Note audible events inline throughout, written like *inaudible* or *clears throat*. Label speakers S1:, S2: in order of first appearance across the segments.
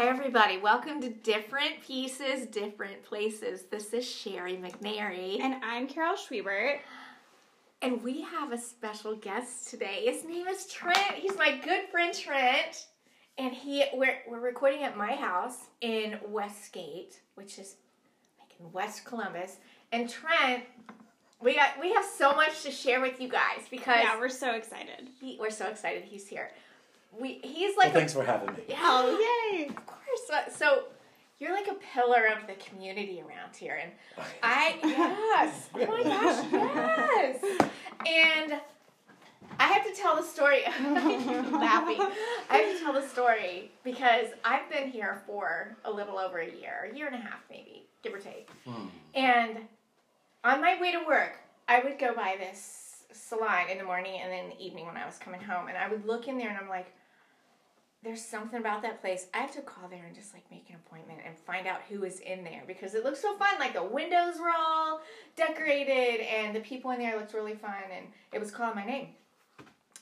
S1: everybody. Welcome to Different Pieces, Different Places. This is Sherry McNary.
S2: And I'm Carol Schwiebert.
S1: And we have a special guest today. His name is Trent. He's my good friend Trent. And he we're we're recording at my house in Westgate, which is like in West Columbus. And Trent, we got we have so much to share with you guys because
S2: Yeah, we're so excited.
S1: he, we're so excited he's here. We he's like
S3: well, thanks for having me.
S1: a, *laughs* yeah,
S2: Oh, yay!
S1: of course. Uh, So you're like a pillar of the community around here, and I yes, oh my gosh, yes. And I have to tell the story. *laughs* I'm laughing. I have to tell the story because I've been here for a little over a year, a year and a half maybe, give or take. And on my way to work, I would go by this salon in the morning and then in the evening when I was coming home, and I would look in there and I'm like, there's something about that place. I have to call there and just like make an appointment and find out who is in there because it looks so fun. Like the windows were all decorated and the people in there looked really fun and it was calling my name.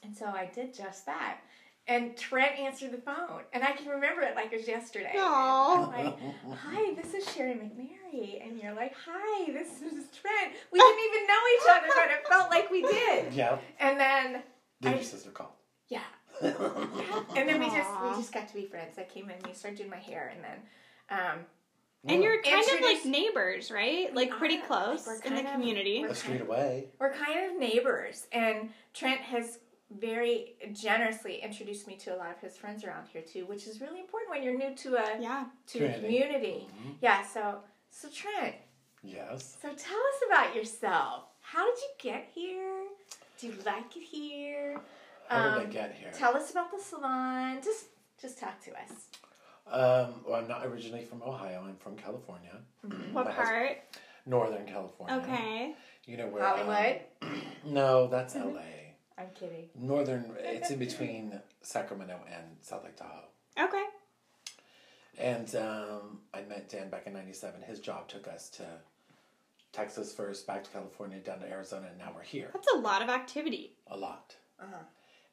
S1: And so I did just that. And Trent answered the phone and I can remember it like it was yesterday.
S2: Aw.
S1: I'm like, hi, this is Sherry McNary. And you're like, hi, this is Trent. We didn't even know each other, but it felt like we did.
S3: *laughs* *laughs* Yeah.
S1: And then,
S3: Did
S1: I-
S3: your sister call? *laughs*
S1: yeah, and then we just we
S2: Aw.
S1: just got to be friends. I came in, you started doing my hair, and then um,
S2: And you're kind of
S1: Introduce-
S2: like neighbors, right? Like pretty
S1: are, like,
S2: close
S1: we're
S2: in the
S1: kind of-
S2: community.
S1: we're-
S3: a street away.
S1: we're kind of neighbors. And Trent has very generously introduced me to a lot of his friends around here too, which is really important when you're new to a
S2: Yeah.
S1: to a
S3: Community.
S1: community.
S3: Mm-hmm.
S1: Yeah. So so Trent,
S3: Yes.
S1: so tell us about yourself. How did you get here? Do you like it here?
S3: How
S1: Um,
S3: did I get here?
S1: Tell us about the salon. Just just talk to us.
S3: um, well, I'm not originally from Ohio. I'm from California,
S1: Mm-hmm.
S2: What
S3: My husband-
S2: part?
S3: Northern California.
S2: Okay.
S3: You know where? um, *clears throat*
S1: Hollywood. Mm-hmm.
S3: no, that's L.A.
S1: I'm kidding.
S3: Northern. It's
S1: Mm-hmm.
S3: in between Sacramento and South Lake Tahoe.
S2: Okay.
S3: And um, I met Dan back in '97. His job took us to Texas first, back to California, down to Arizona, and now we're here.
S2: That's a lot of activity.
S3: A lot.
S1: Uh-huh.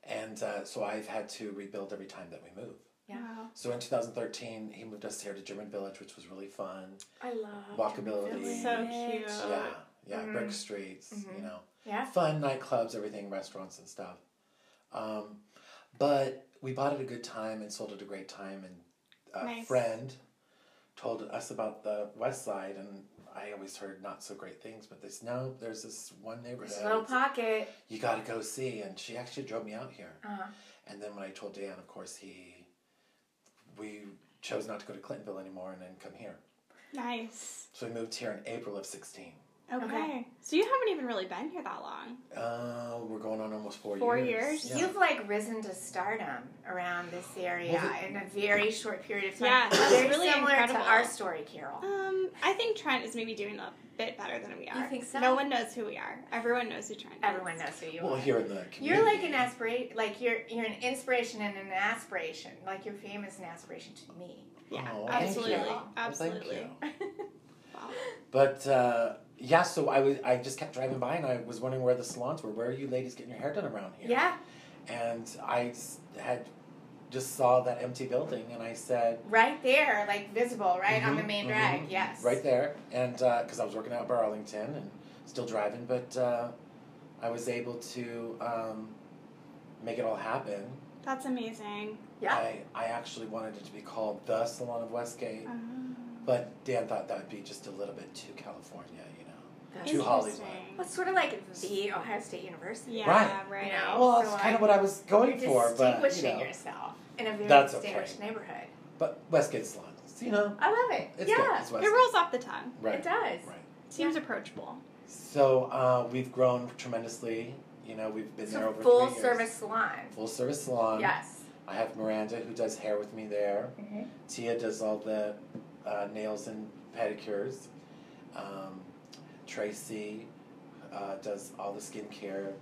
S3: And uh, so I've had to rebuild every time that we move.
S1: Yeah.
S2: Wow.
S3: So in 2013, he moved us here to German Village, which was really fun.
S1: I love
S3: Walkability.
S1: German
S2: So
S1: Village.
S2: cute.
S3: Yeah, yeah, brick
S1: Mm.
S3: streets,
S1: Mhm.
S3: you know,
S1: Yeah.
S3: fun nightclubs, everything, restaurants and stuff. Um, but we bought at a good time and sold at a great time. And a
S2: Nice.
S3: friend told us about the West Side, and I always heard not so great things. But they said, no, there's this one
S1: This little
S3: neighborhood
S1: pocket.
S3: you got to go see. And she actually drove me out here.
S1: Uh-huh.
S3: And then when I told Dan, of course, he we chose not to go to Clintonville anymore and then come here.
S2: Nice.
S3: So we moved here in April of 16.
S2: Okay.
S1: Okay.
S2: So you haven't even really been here that long.
S3: Uh, we're going on almost four,
S2: Four
S3: years.
S2: years?
S3: Yeah.
S1: You've like risen to stardom around this area
S3: Well, the-
S1: in a very short period of time.
S2: Yeah, that's
S1: very
S2: really
S1: similar
S2: incredible.
S1: to our story, Carol.
S2: Um, I think Trent is maybe doing a bit better than we are.
S1: You think so?
S2: No one knows who we are. Everyone knows who Trent is.
S1: Everyone knows who you
S3: well,
S1: are.
S3: here in the community.
S1: You're like an aspiration, like you're you're an inspiration and an aspiration. Like your fame is an aspiration to
S2: *laughs*
S1: me.
S2: Yeah,
S3: Oh, thank
S2: absolutely.
S3: you. Well,
S2: Absolutely.
S3: thank you.
S2: Wow.
S3: But uh, yeah, so I was I just kept driving by and I was wondering where the salons were. Where are you ladies getting your hair done around here?
S1: Yeah,
S3: And I s- had just saw that empty building and I said,
S1: right there, like visible, right on the
S3: Mhm,
S1: main
S3: mhm.
S1: drag. Yes.
S3: right there and because i was working out in burlington and still driving but uh, i was able to um, make it all happen
S2: That's amazing.
S1: Yeah.
S3: I, I actually wanted it to be called the salon of westgate
S2: Um,
S3: but dan thought that would be just a little bit too california you know
S1: That's-
S3: Two Hollywood.
S2: Interesting.
S1: Well, it's sort of like the Ohio State University.
S2: Yeah,
S3: Right.
S2: right.
S1: You know?
S3: well that's
S1: Oh, so
S3: kind
S1: I-
S3: of what i was going
S1: You're
S3: for but, you
S1: distinguishing
S3: know,
S1: yourself in a very
S3: That's okay.
S1: distinguished neighborhood.
S3: but westgate salons you know
S1: I love it.
S3: it's good
S1: yeah,
S3: it's
S2: It
S3: westgate
S2: rolls off the tongue.
S3: right
S1: it does.
S3: right
S2: Seems approachable.
S3: so uh, we've grown tremendously you know we've been
S1: It's
S3: there
S1: a
S3: over
S1: full
S3: three years.
S1: service salon.
S3: full service salon
S1: yes.
S3: I have Miranda who does hair with me there.
S1: Mhm.
S3: Tia does all the uh, nails and pedicures. Um, Tracy uh, does all the skincare,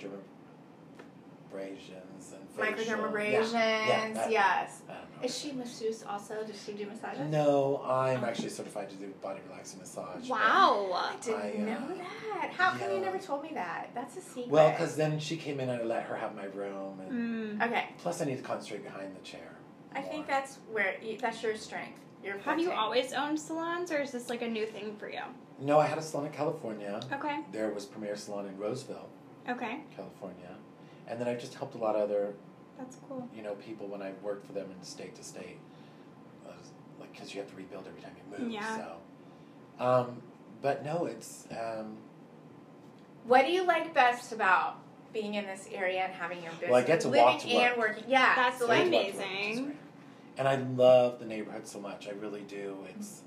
S3: dermabrasions and facial.
S1: Microdermabrasions.
S3: Yeah, yeah, that-
S1: yes.
S3: I don't know.
S1: Is she masseuse also? Does she do massages?
S3: No, I'm actually certified to do body relaxing massage. but-
S2: Wow.
S1: I didn't
S3: I, uh,
S1: know that. How come you
S3: yeah.
S1: never told me that? That's a secret.
S3: Well, because then she came in and I let her have my room, and
S2: Mm.
S1: okay,
S3: plus I need to concentrate behind the chair.
S1: I
S3: more.
S1: think that's where you, that's your strength. You're
S2: Have you
S1: venting.
S2: always owned salons, or is this like a new thing for you?
S3: No, I had a salon in California.
S2: Okay.
S3: There was Premier Salon in Roseville,
S2: Okay.
S3: California. And then I just helped a lot of other,
S2: That's cool.
S3: you know, people when I worked for them in state to state. I was- Like, because you have to rebuild every time you move.
S2: Yeah.
S3: So, um, but no, it's um,
S1: What do you like best about being in this area and having your business?
S3: Well, I get to
S1: living
S3: walk to
S1: and
S3: work.
S1: working. Yeah,
S2: That's
S1: so
S3: I
S1: like
S3: love
S2: amazing.
S3: Toronto, which is great. And I love the neighborhood so much. I really do. It's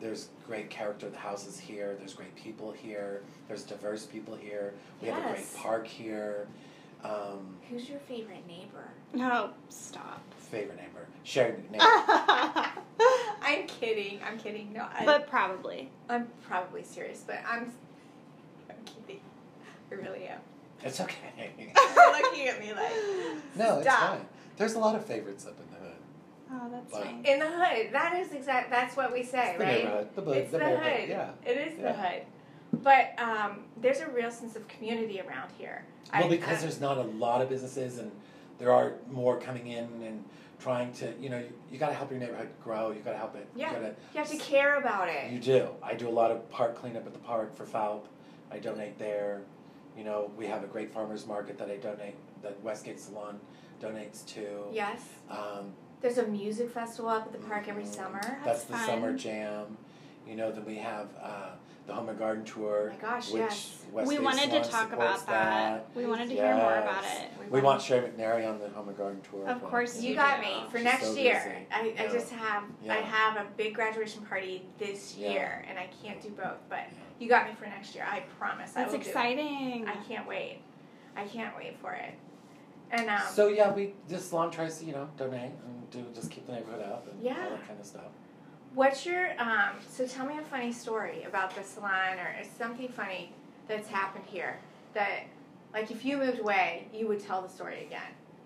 S3: there's great character. The houses here. There's great people here. There's diverse people here. We have a
S1: Yes.
S3: great park here. Um,
S1: who's your favorite neighbor?
S2: No, stop.
S3: favorite neighbor, shared
S1: *laughs*
S3: neighbor.
S1: Ah. I'm kidding. I'm kidding. No, I,
S2: but probably.
S1: I'm probably serious, but I'm, I'm kidding. I really *laughs* am.
S3: it's okay.
S1: *laughs* You're looking at me like
S3: No, it's
S1: Stop.
S3: fine. There's a lot of favorites up in the hood.
S2: Oh, that's
S3: Like-
S2: nice.
S1: in the hood. That is exact. That's what we say,
S3: It's the
S1: right?
S3: neighborhood, the, bu-
S1: It's the,
S3: neighborhood.
S1: hood.
S3: Yeah.
S1: It is the
S3: Yeah.
S1: hood. But um, there's a real sense of community around here.
S3: Well,
S1: I- uh,
S3: because
S1: I-
S3: there's not a lot of businesses, and there are more coming in and trying to. You know, you, you got to help your neighborhood grow. You got to help it.
S1: Yeah.
S3: You gotta,
S1: you have to care about
S3: You
S1: it.
S3: do. I do a lot of park cleanup at the park for FALP. I donate there. You know, we have a great farmers market that I donate, that Westgate Salon donates to.
S1: Yes.
S3: Um,
S1: There's a music festival up at the park every
S3: Mhm.
S1: summer.
S3: that's
S2: That's
S3: the summer
S2: fun.
S3: jam. You know, then we have uh, the Home and Garden
S1: Oh
S3: Tour,
S1: my gosh,
S3: which
S1: yes.
S3: Westgate
S2: we wanted to
S3: Salon
S2: talk
S3: supports
S2: about that. We wanted to hear more about
S3: Yes.
S2: it.
S3: We want Sherry McNary on the Home and Garden Tour.
S2: Of course
S1: You
S2: You
S1: got
S2: do.
S1: me for
S3: She's
S1: next
S3: so
S1: year.
S3: busy.
S1: I, I
S3: Yeah.
S1: just have I
S3: Yeah.
S1: have a big graduation party this
S3: Yeah.
S1: year, and I can't do both. But you got me for next year. I promise. I
S2: That's
S1: will do it.
S2: exciting.
S1: I can't wait. I can't wait for it. And um,
S3: So yeah, we this salon tries to you know donate and do just keep the neighborhood up and
S1: Yeah.
S3: all that kind of stuff.
S1: What's your um? So tell me a funny story about the salon or something funny that's happened here that, like, if you moved away, you would tell the story again,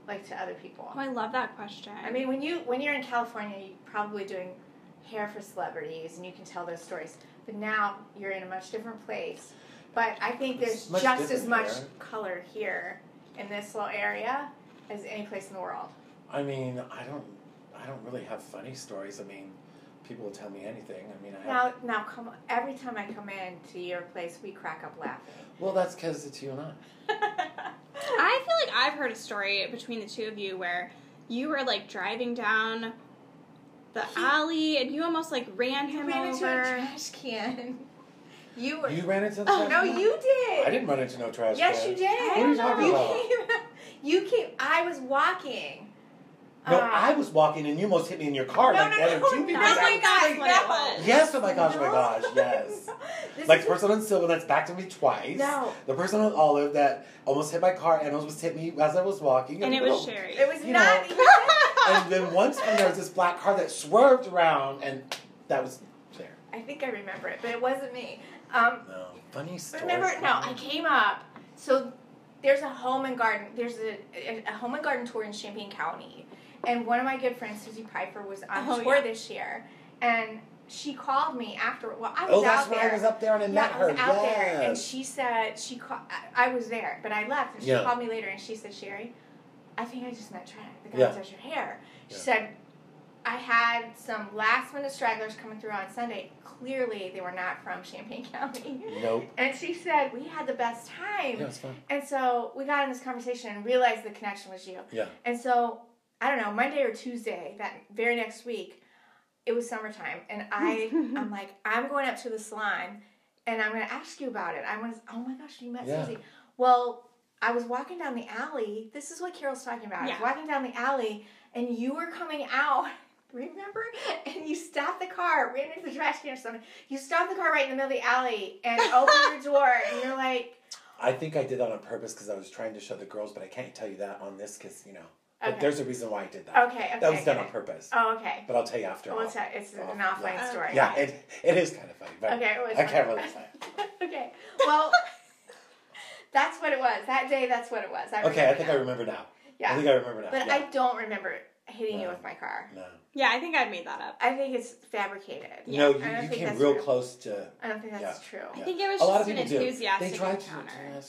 S1: like to other people.
S2: Oh, I love that question.
S1: I mean, when you when you're in California, you're probably doing hair for celebrities, and you can tell those stories. But now you're in a much different place. But I think
S3: It's
S1: there's
S3: much
S1: just as
S3: different
S1: much
S3: here.
S1: color here in this little area as any place in the world.
S3: I mean, I don't, I don't really have funny stories. I mean, people will tell me anything. I mean, I have,
S1: Now, now, come on. every time I come in to your place, we crack up
S3: well, that's because it's you and *laughs* I.
S1: laughing.
S2: I feel like I've heard a story between the two of you where you were like driving down the
S1: He-
S2: alley and you almost like ran
S1: You
S2: him
S1: ran into a
S2: over.
S1: trash can. *laughs* You were.
S3: You ran into the
S2: Oh,
S3: trash
S1: no,
S3: can?
S1: you did.
S3: I didn't run into no trash.
S1: Yes,
S3: can.
S1: you did.
S2: What are you talking
S3: about?
S1: You came. *laughs* You came. I was walking.
S3: No,
S1: Uh,
S3: I was walking and you almost hit me in your car
S1: No,
S3: like
S1: no,
S3: that.
S1: no,
S3: and two
S1: no,
S3: people
S2: that's
S1: oh my
S3: back-
S1: gosh,
S2: exactly what
S1: no.
S2: it was.
S3: Yes, oh my gosh, oh my
S1: No. *laughs*
S3: gosh, yes.
S1: This
S3: Like
S1: is-
S3: the person on silver that's backed at me twice.
S1: No.
S3: The person on olive that almost hit my car and almost hit me as I was walking.
S2: And it
S3: then-
S2: was Sherry. *laughs*
S1: It was
S3: You
S1: not.
S3: know. *laughs* And then once when there was this black car that swerved around and that was there.
S1: *laughs* I think I remember it, but it wasn't me. Um,
S3: No. Funny story.
S1: remember? No, I came up. So there's a home and garden. There's a, a, a home and garden tour in Champaign County, and one of my good friends, Susie Piper, was on
S2: Oh,
S1: tour
S2: yeah.
S1: this year, and she called me after. Well, I was
S3: Oh,
S1: out
S3: that's
S1: there.
S3: when I was up there and I
S1: Yeah,
S3: met
S1: I
S3: her.
S1: was out
S3: yes.
S1: there, and she said she called. I I was there, but I left, and she
S3: Yeah.
S1: called me later, and she said, "Sherry, I think I just met Trent, the guy
S3: Yeah.
S1: who does your hair." She
S3: Yeah.
S1: said, "I had some last minute stragglers coming through on Sunday. Clearly, they were not from Champaign County." *laughs*
S3: nope.
S1: And she said, "We had the best time."
S3: Yeah, it's fun.
S1: And so we got in this conversation and realized the connection was you.
S3: Yeah.
S1: And so I don't know, Monday or Tuesday, that very next week, it was summertime, and I, I'm like, I'm going up to the salon, and I'm going to ask you about it. I want to. Oh my gosh, you met
S3: Yeah.
S1: Susie. Well, I was walking down the alley. This is what Carol's talking about. I was
S2: Yeah.
S1: walking down the alley, and you were coming out. *laughs* Remember? And you stopped the car, ran into the trash can or something. You stopped the car right in the middle of the alley and opened your door, and you're like,
S3: I think I did that on purpose because I was trying to show the girls, but I can't tell you that on this because you know. But
S1: Okay.
S3: there's a reason why I did that.
S1: okay, okay.
S3: that was done
S1: okay.
S3: on purpose.
S1: Oh, okay.
S3: But I'll tell you after.
S1: Well,
S3: all.
S1: it's, a, it's an
S3: Off,
S1: offline
S2: yeah.
S1: story.
S3: yeah, it it is kind of funny, but
S1: Okay, it was
S3: I can't
S1: fun.
S3: really say.
S1: *laughs* okay. Well, *laughs* that's what it was. That day, that's what it was. I
S3: Okay, I
S1: remember
S3: think
S1: now.
S3: I remember now.
S1: Yeah.
S3: I think I remember now.
S1: But
S3: yeah.
S1: I don't remember hitting you
S3: No.
S1: with my car.
S3: no,
S2: Yeah, I think I made that up.
S1: I think it's fabricated.
S3: no,
S1: I don't
S3: you, you
S1: think
S3: came
S1: that's
S3: real
S1: true.
S3: close to.
S1: I don't think that's true.
S2: I
S3: Yeah.
S2: think it was
S3: A lot
S2: just
S3: of
S2: an
S3: people do.
S2: enthusiastic
S3: They tried to.
S2: encounter.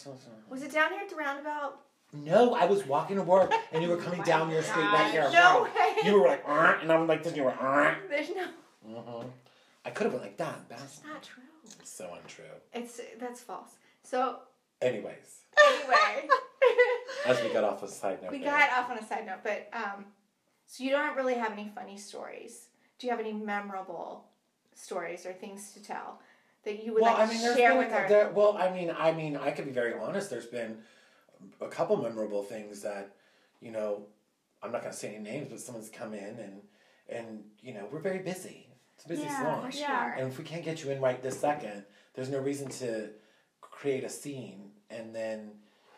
S1: Was it down here at the roundabout?
S3: No, I was walking to work
S1: *laughs*
S3: and you were coming
S2: Oh my
S3: down your street back
S2: gosh.
S3: here.
S1: No way.
S3: You were like, "Arr," and I'm like, this, and you were. "Arr."
S1: *laughs* There's no
S3: Mm-hmm. I could have went like that. That's
S1: That's not true.
S3: so untrue.
S1: It's that's false. So
S3: Anyways, *laughs*
S1: *laughs* anyway,
S3: as we got off a side note,
S1: we
S3: there.
S1: got off on a side note, but um, so you don't really have any funny stories. Do you have any memorable stories or things to tell that you would
S3: well,
S1: like
S3: I mean,
S1: to
S3: there's
S1: share
S3: been-
S1: with our?
S3: there- well, I mean, I mean, I could be very honest. There's been a couple memorable things that, you know, I'm not gonna say any names, but someone's come in and and you know we're very busy. It's a busy
S2: Yeah,
S3: salon,
S2: sure.
S1: Yeah.
S3: and if we can't get you in right this second, there's no reason to create a scene and then,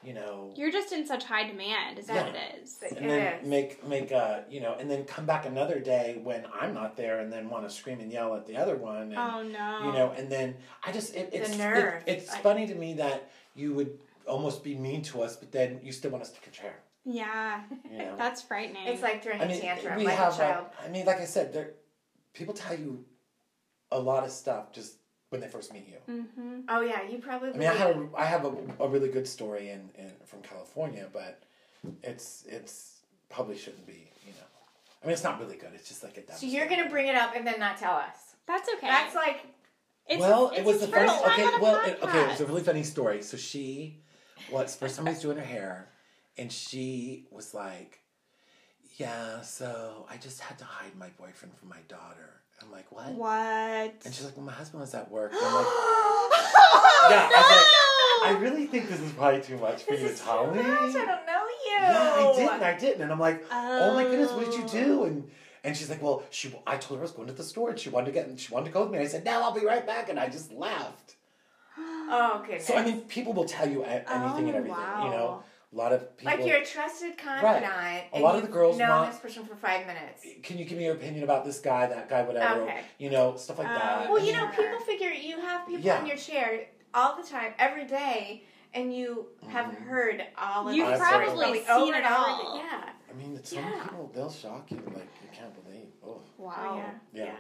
S3: you know,
S2: You're just in such high demand, is what
S3: Yeah.
S2: it is.
S1: But-
S3: and then
S1: Yes.
S3: make make a you know, and then come back another day when I'm not there, and then want to scream and yell at the other one. And,
S2: Oh no.
S3: you know and then i just it, it's it-
S1: nerve.
S3: it's
S1: I-
S3: funny to me that you would almost be mean to us but then you still want us to contraire
S2: Yeah.
S3: you know
S2: That's frightening.
S1: It's like during
S3: i mean
S1: a tantrum,
S3: we
S1: like
S3: have
S1: a child.
S3: like, i mean like i said there people tell you a lot of stuff just when they first meet you
S2: mm-hmm.
S1: oh yeah, you probably.
S3: i mean i have a, I have a, a really good story in, in from california but it's it's probably shouldn't be you know i mean it's not really good it's just like a dumb
S1: so you're
S3: story.
S1: gonna bring it up and then not tell us.
S2: That's okay.
S1: That's like
S2: it's,
S3: well,
S2: it's
S3: it was
S2: his
S3: the funny.
S2: first time
S3: Okay,
S2: on a
S3: well, it, okay, it
S2: podcast.
S3: was a really funny story. So she was first time I was doing her hair, and she was like, "Yeah, so I just had to hide my boyfriend from my daughter." I'm like, "What?" And
S2: What? *gasps*
S3: she's like, "Well, my husband was at work." And I'm like,
S1: *gasps* *laughs*
S2: oh,
S3: "Yeah." I
S2: no!
S3: was like, "I really think this is probably too much
S1: *gasps*
S3: for
S1: this
S3: you to
S1: is
S3: tell
S1: too
S3: me."
S1: much. I don't know you.
S3: Yeah, I didn't. I didn't. And I'm like, oh my goodness, what did you
S2: Oh.
S3: do? And and she's like, well, she. I told her I was going to the store, and she wanted to get. She wanted to go with me. And I said, no, I'll be right back, and I just laughed.
S1: Oh goodness.
S3: So I mean, people will tell you a- anything and
S2: Oh,
S3: everything. You
S2: wow.
S3: know, a lot of people.
S1: like you're a trusted confidant.
S3: A
S1: and
S3: lot of
S1: you've
S3: the girls
S1: known
S3: want-
S1: this person for five minutes.
S3: Can you give me your opinion about this guy, that guy, whatever?
S1: Okay. Uh,
S3: You know, stuff like that.
S2: Um,
S1: Well, you know,
S2: Yeah.
S1: people figure you have people
S3: Yeah.
S1: in your chair all the time, every day, and you have
S3: Mhm.
S1: heard all of
S2: You've
S1: these
S3: probably
S1: stories, probably
S2: seen
S1: over
S2: it
S1: and over
S2: all.
S1: again. Yeah.
S3: I mean, it's some
S1: Yeah.
S3: people they'll shock you like you can't believe. Oh,
S1: Oh,
S2: Wow.
S1: yeah.
S3: Yeah.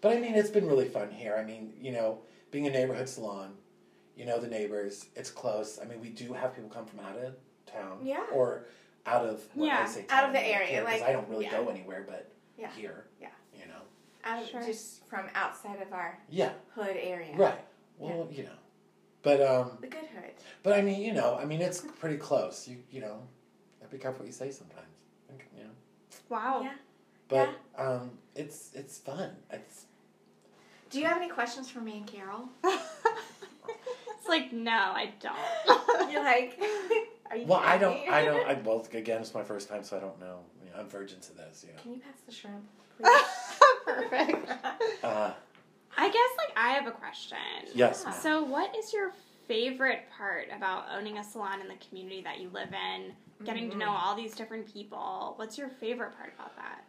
S3: but I mean, it's been really fun here. I mean, you know, being a neighborhood salon, you know the neighbors. It's close. I mean, we do have people come from out of town.
S1: Yeah.
S3: Or out of what I
S2: Yeah,
S3: say
S1: out of
S3: town,
S1: the
S3: I don't
S1: area,
S3: care, 'cause
S1: like,
S3: I don't really
S1: yeah.
S3: go anywhere, but
S1: Yeah.
S3: here.
S1: Yeah.
S3: You know.
S1: Out,
S2: Sure.
S1: Just from outside of our
S3: Yeah.
S1: hood area.
S3: Right. Well, you know. But um.
S1: The good hood.
S3: But I mean, you know, I mean, it's pretty close. You you know, gotta be careful what you say sometimes. You know,
S2: Wow.
S1: Yeah.
S3: but um, it's it's fun. It's
S1: Do you have any questions for me and Carol?
S2: it's like no, I don't.
S1: You're like, are you
S3: well, I
S1: kidding
S3: don't,
S1: me? *laughs*
S3: I *laughs* don't. I, well, again, it's my first time, so I don't know. You know, I'm virgin to this. You
S1: Can you pass the shrimp?
S2: *laughs*
S1: *laughs*
S2: Perfect.
S3: know. Uh,
S2: I guess like I have a question.
S3: yes.
S1: Yeah.
S3: ma'am.
S2: So, what is your favorite part about owning a salon in the community that you live in? Getting to know all these different people. What's your favorite part about that?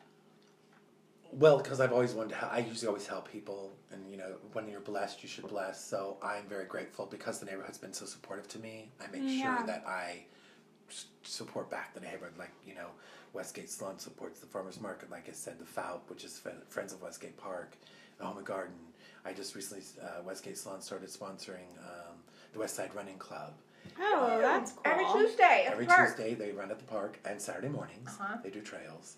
S3: Well, because I've always wanted to. Help, I usually always help people, and you know, when you're blessed, you should bless. So I'm very grateful because the neighborhood's been so supportive to me. I make
S2: Yeah.
S3: sure that I s- support back the neighborhood, like you know, Westgate Salon supports the farmers market. Like I said, the FAUP, which is Fri- Friends of Westgate Park, the Home and Garden. I just recently uh, Westgate Salon started sponsoring um, the West Side Running Club.
S2: Oh, that's cool.
S1: Every Tuesday at
S3: Every
S1: the park.
S3: Tuesday they run at the park and Saturday mornings
S1: Uh-huh.
S3: they do trails.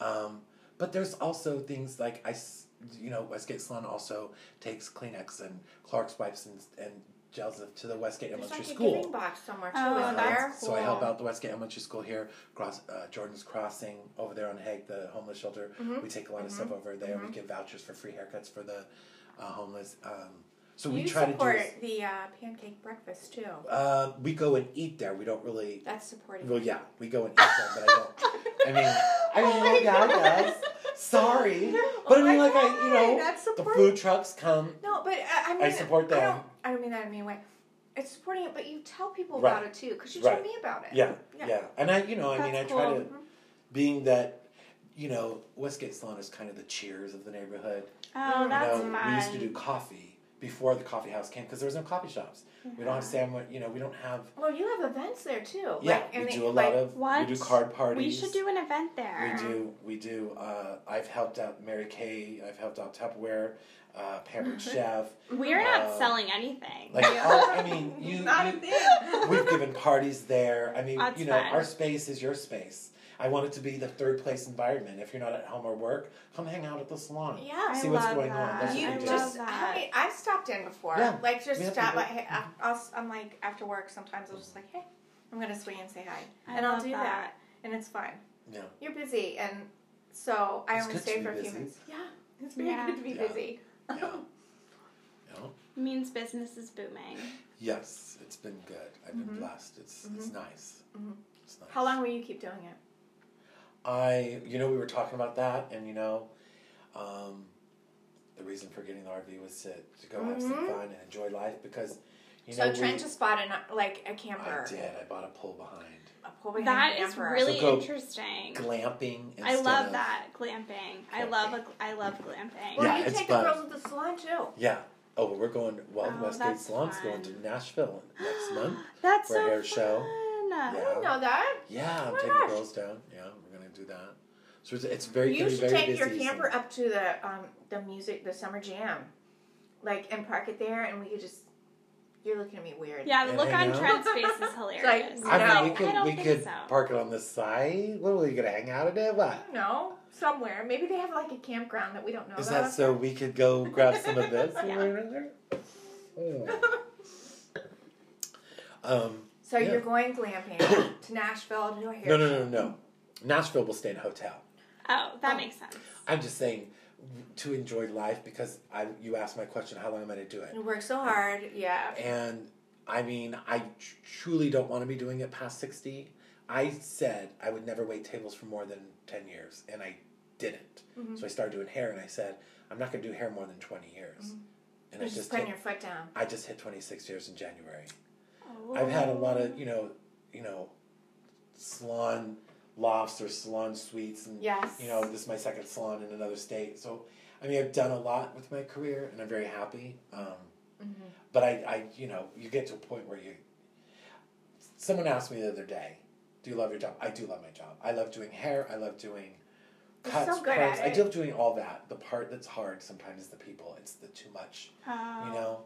S3: Um, but there's also things like I, s- you know, Westgate Salon also takes Kleenex and Clark's wipes and, and gels to the Westgate
S1: There's
S3: Elementary
S1: like a
S3: School.
S1: giving box somewhere too.
S2: Oh,
S1: is
S3: Um,
S1: there?
S2: that's
S3: So I help
S2: cool.
S3: out the Westgate Elementary School here, cross, uh, Jordan's Crossing over there on Hague, the homeless shelter.
S1: Mm-hmm.
S3: We take a lot of stuff over there. We give vouchers for free haircuts for the uh, homeless. Um, so we
S1: you
S3: try
S1: support
S3: to do.
S1: the uh, pancake breakfast too.
S3: Uh, we go and eat there. We don't really
S1: That's supporting.
S3: Well, yeah, we go and eat them, but
S1: *laughs*
S3: I don't. I mean,
S2: *laughs*
S3: I
S2: Oh
S3: mean, well, yeah, I guess. Sorry, but
S1: *laughs* Oh
S3: I mean,
S1: my
S3: like I, you
S1: God,
S3: know,
S1: that's
S3: the
S1: support-
S3: food trucks come.
S1: No, but uh, I, I mean,
S3: I support
S1: I
S3: them.
S1: don't, I don't mean that in a mean way. It's supporting it, but you tell people
S3: Right.
S1: about it too, because you
S3: Right.
S1: told me about it.
S3: Yeah,
S1: Yeah.
S3: yeah, and I, you know, I mean, I
S2: That's
S3: try
S2: cool.
S3: to, being that, you know, Westgate Salon is kind of the cheers of the neighborhood.
S2: Oh,
S1: You
S3: You
S2: that's
S3: know,
S2: fun.
S3: Mm. we used to do coffee before the coffee house came because there was no coffee shops. We don't have sandwich. You know, we don't have.
S1: Well, you have events there too.
S3: Yeah,
S1: like, and
S3: we
S1: they-
S3: do a lot
S1: like,
S3: of.
S2: What?
S3: We do card parties.
S2: We should do an event there.
S3: We do, we do. Uh, I've helped out Mary Kay. I've helped out Tupperware, uh,
S2: *laughs*
S3: Pampered Chef.
S2: We're
S3: *laughs*
S2: not
S3: Uh,
S2: selling anything.
S3: Like, all, Oh,
S1: *laughs*
S3: I mean, you.
S1: Not a
S3: you-
S1: thing.
S3: *laughs* we've given parties there. I mean,
S2: That's
S3: you know,
S2: fun.
S3: our space is your space. I want it to be the third place environment. If you're not at home or work, come hang out at the salon.
S1: *laughs* Yeah.
S2: I
S3: See what's
S2: love
S3: going on.
S2: that.
S3: That's what
S1: you
S3: we
S2: I
S3: do.
S1: just
S2: love
S1: how
S2: that.
S1: many- I've stopped in before.
S3: Yeah.
S1: Like just
S3: We have
S1: stop.
S3: people-
S1: Like, hey, I- I'll, s- I'm like after work. Sometimes I'll just like, hey, I'm gonna swing and say hi,
S2: I
S1: and I'll
S2: love
S1: do that.
S2: that.
S1: and it's fun.
S3: Yeah.
S1: You're busy, and so I
S3: It's
S1: only
S3: good to
S1: stay
S3: be
S1: for a few
S3: busy.
S1: minutes. Yeah, it's very
S2: Yeah.
S1: good to be
S3: Yeah.
S1: busy.
S3: Yeah. yeah.
S2: means business is booming.
S3: Yes, it's been good. I've
S1: Mhm.
S3: been blessed. It's it's nice.
S1: Mhm.
S3: It's nice.
S1: How long will you keep doing it?
S3: I you know we were talking about that, and you know, um, the reason for getting the RV was to to go have some
S1: Mhm.
S3: fun and enjoy life because you
S1: so
S3: know
S1: Trent
S3: we,
S1: just bought an, like a
S3: I
S1: camper.
S3: did. I bought a pull behind
S1: A pull behind
S2: That is
S1: camper.
S2: really
S3: So go
S2: interesting.
S3: glamping. Instead
S2: I love
S3: of,
S2: that glamping. I
S3: Glamping.
S2: love a, gl- I love glamping.
S1: Well,
S3: Yeah,
S1: you
S3: it's
S1: take
S3: fun.
S1: the girls to the salon too.
S3: Yeah. Oh, we're going. Well,
S2: Oh,
S3: the Westgate
S2: that's
S3: Salon's going
S2: fun.
S3: to Nashville next month.
S2: *gasps* That's
S3: for
S2: so
S3: a hair
S2: fun.
S3: show.
S1: I
S3: Yeah.
S1: didn't know that.
S3: Yeah, I'm
S1: my
S3: taking
S1: gosh.
S3: the girls down. Yeah, we're gonna do that. So it's, it's very
S1: you
S3: gonna be
S1: should
S3: very
S1: take your
S3: busy, so-
S1: camper up to the um the music the summer jam, like and park it there, and we could just. You're looking at me weird.
S2: Yeah, the
S3: And
S2: look
S3: hang
S2: on
S3: out.
S2: Trent's
S3: *laughs*
S2: face is hilarious.
S1: no.
S3: I mean, we
S2: Like,
S3: could
S2: I don't
S3: we
S2: think
S3: could
S2: so.
S3: park it on the side. What are we gonna hang out at it?
S1: I
S3: What?
S1: don't know somewhere. Maybe they have like a campground that we don't know
S3: Is
S1: about.
S3: that so we could go grab some of this?
S2: Yeah.
S3: or another? Oh. um,
S1: So
S3: Yeah.
S1: you're going
S3: *coughs*
S1: glamping to Nashville to do a hair
S3: no, no,
S1: show.
S3: no, no. Nashville will stay in a hotel.
S2: Oh, that
S1: Oh.
S3: um,
S2: makes sense.
S3: I'm just saying to enjoy life because I you asked my question, how long am I to do it?
S1: You work so hard. Yeah.
S3: And I mean, I tr- truly don't want to be doing it past 60. I said I would never wait tables for more than 10 years, and I didn't. So I started doing hair, and I said, I'm not going to do hair more than 20 years. And I
S1: You're
S3: just,
S1: just putting
S3: hit,
S1: your foot down.
S3: I just hit 26 years in January.
S2: Oh.
S3: I've had a lot of, you know, you know, salon lofts or salon suites and
S1: Yes.
S3: you know, this is my second salon in another state. So, I mean, I've done a lot with my career, and I'm very happy. Um,
S1: Mm-hmm.
S3: But I, I, you know, you get to a point where you. Someone asked me the other day, "Do you love your job?" I do love my job. I love doing hair. I love doing
S1: You're
S3: cuts,
S1: so good at
S3: perms. I
S1: it.
S3: do love doing all that. The part that's hard sometimes is the people. It's the too much.
S2: Oh.
S3: You know,
S1: Oh,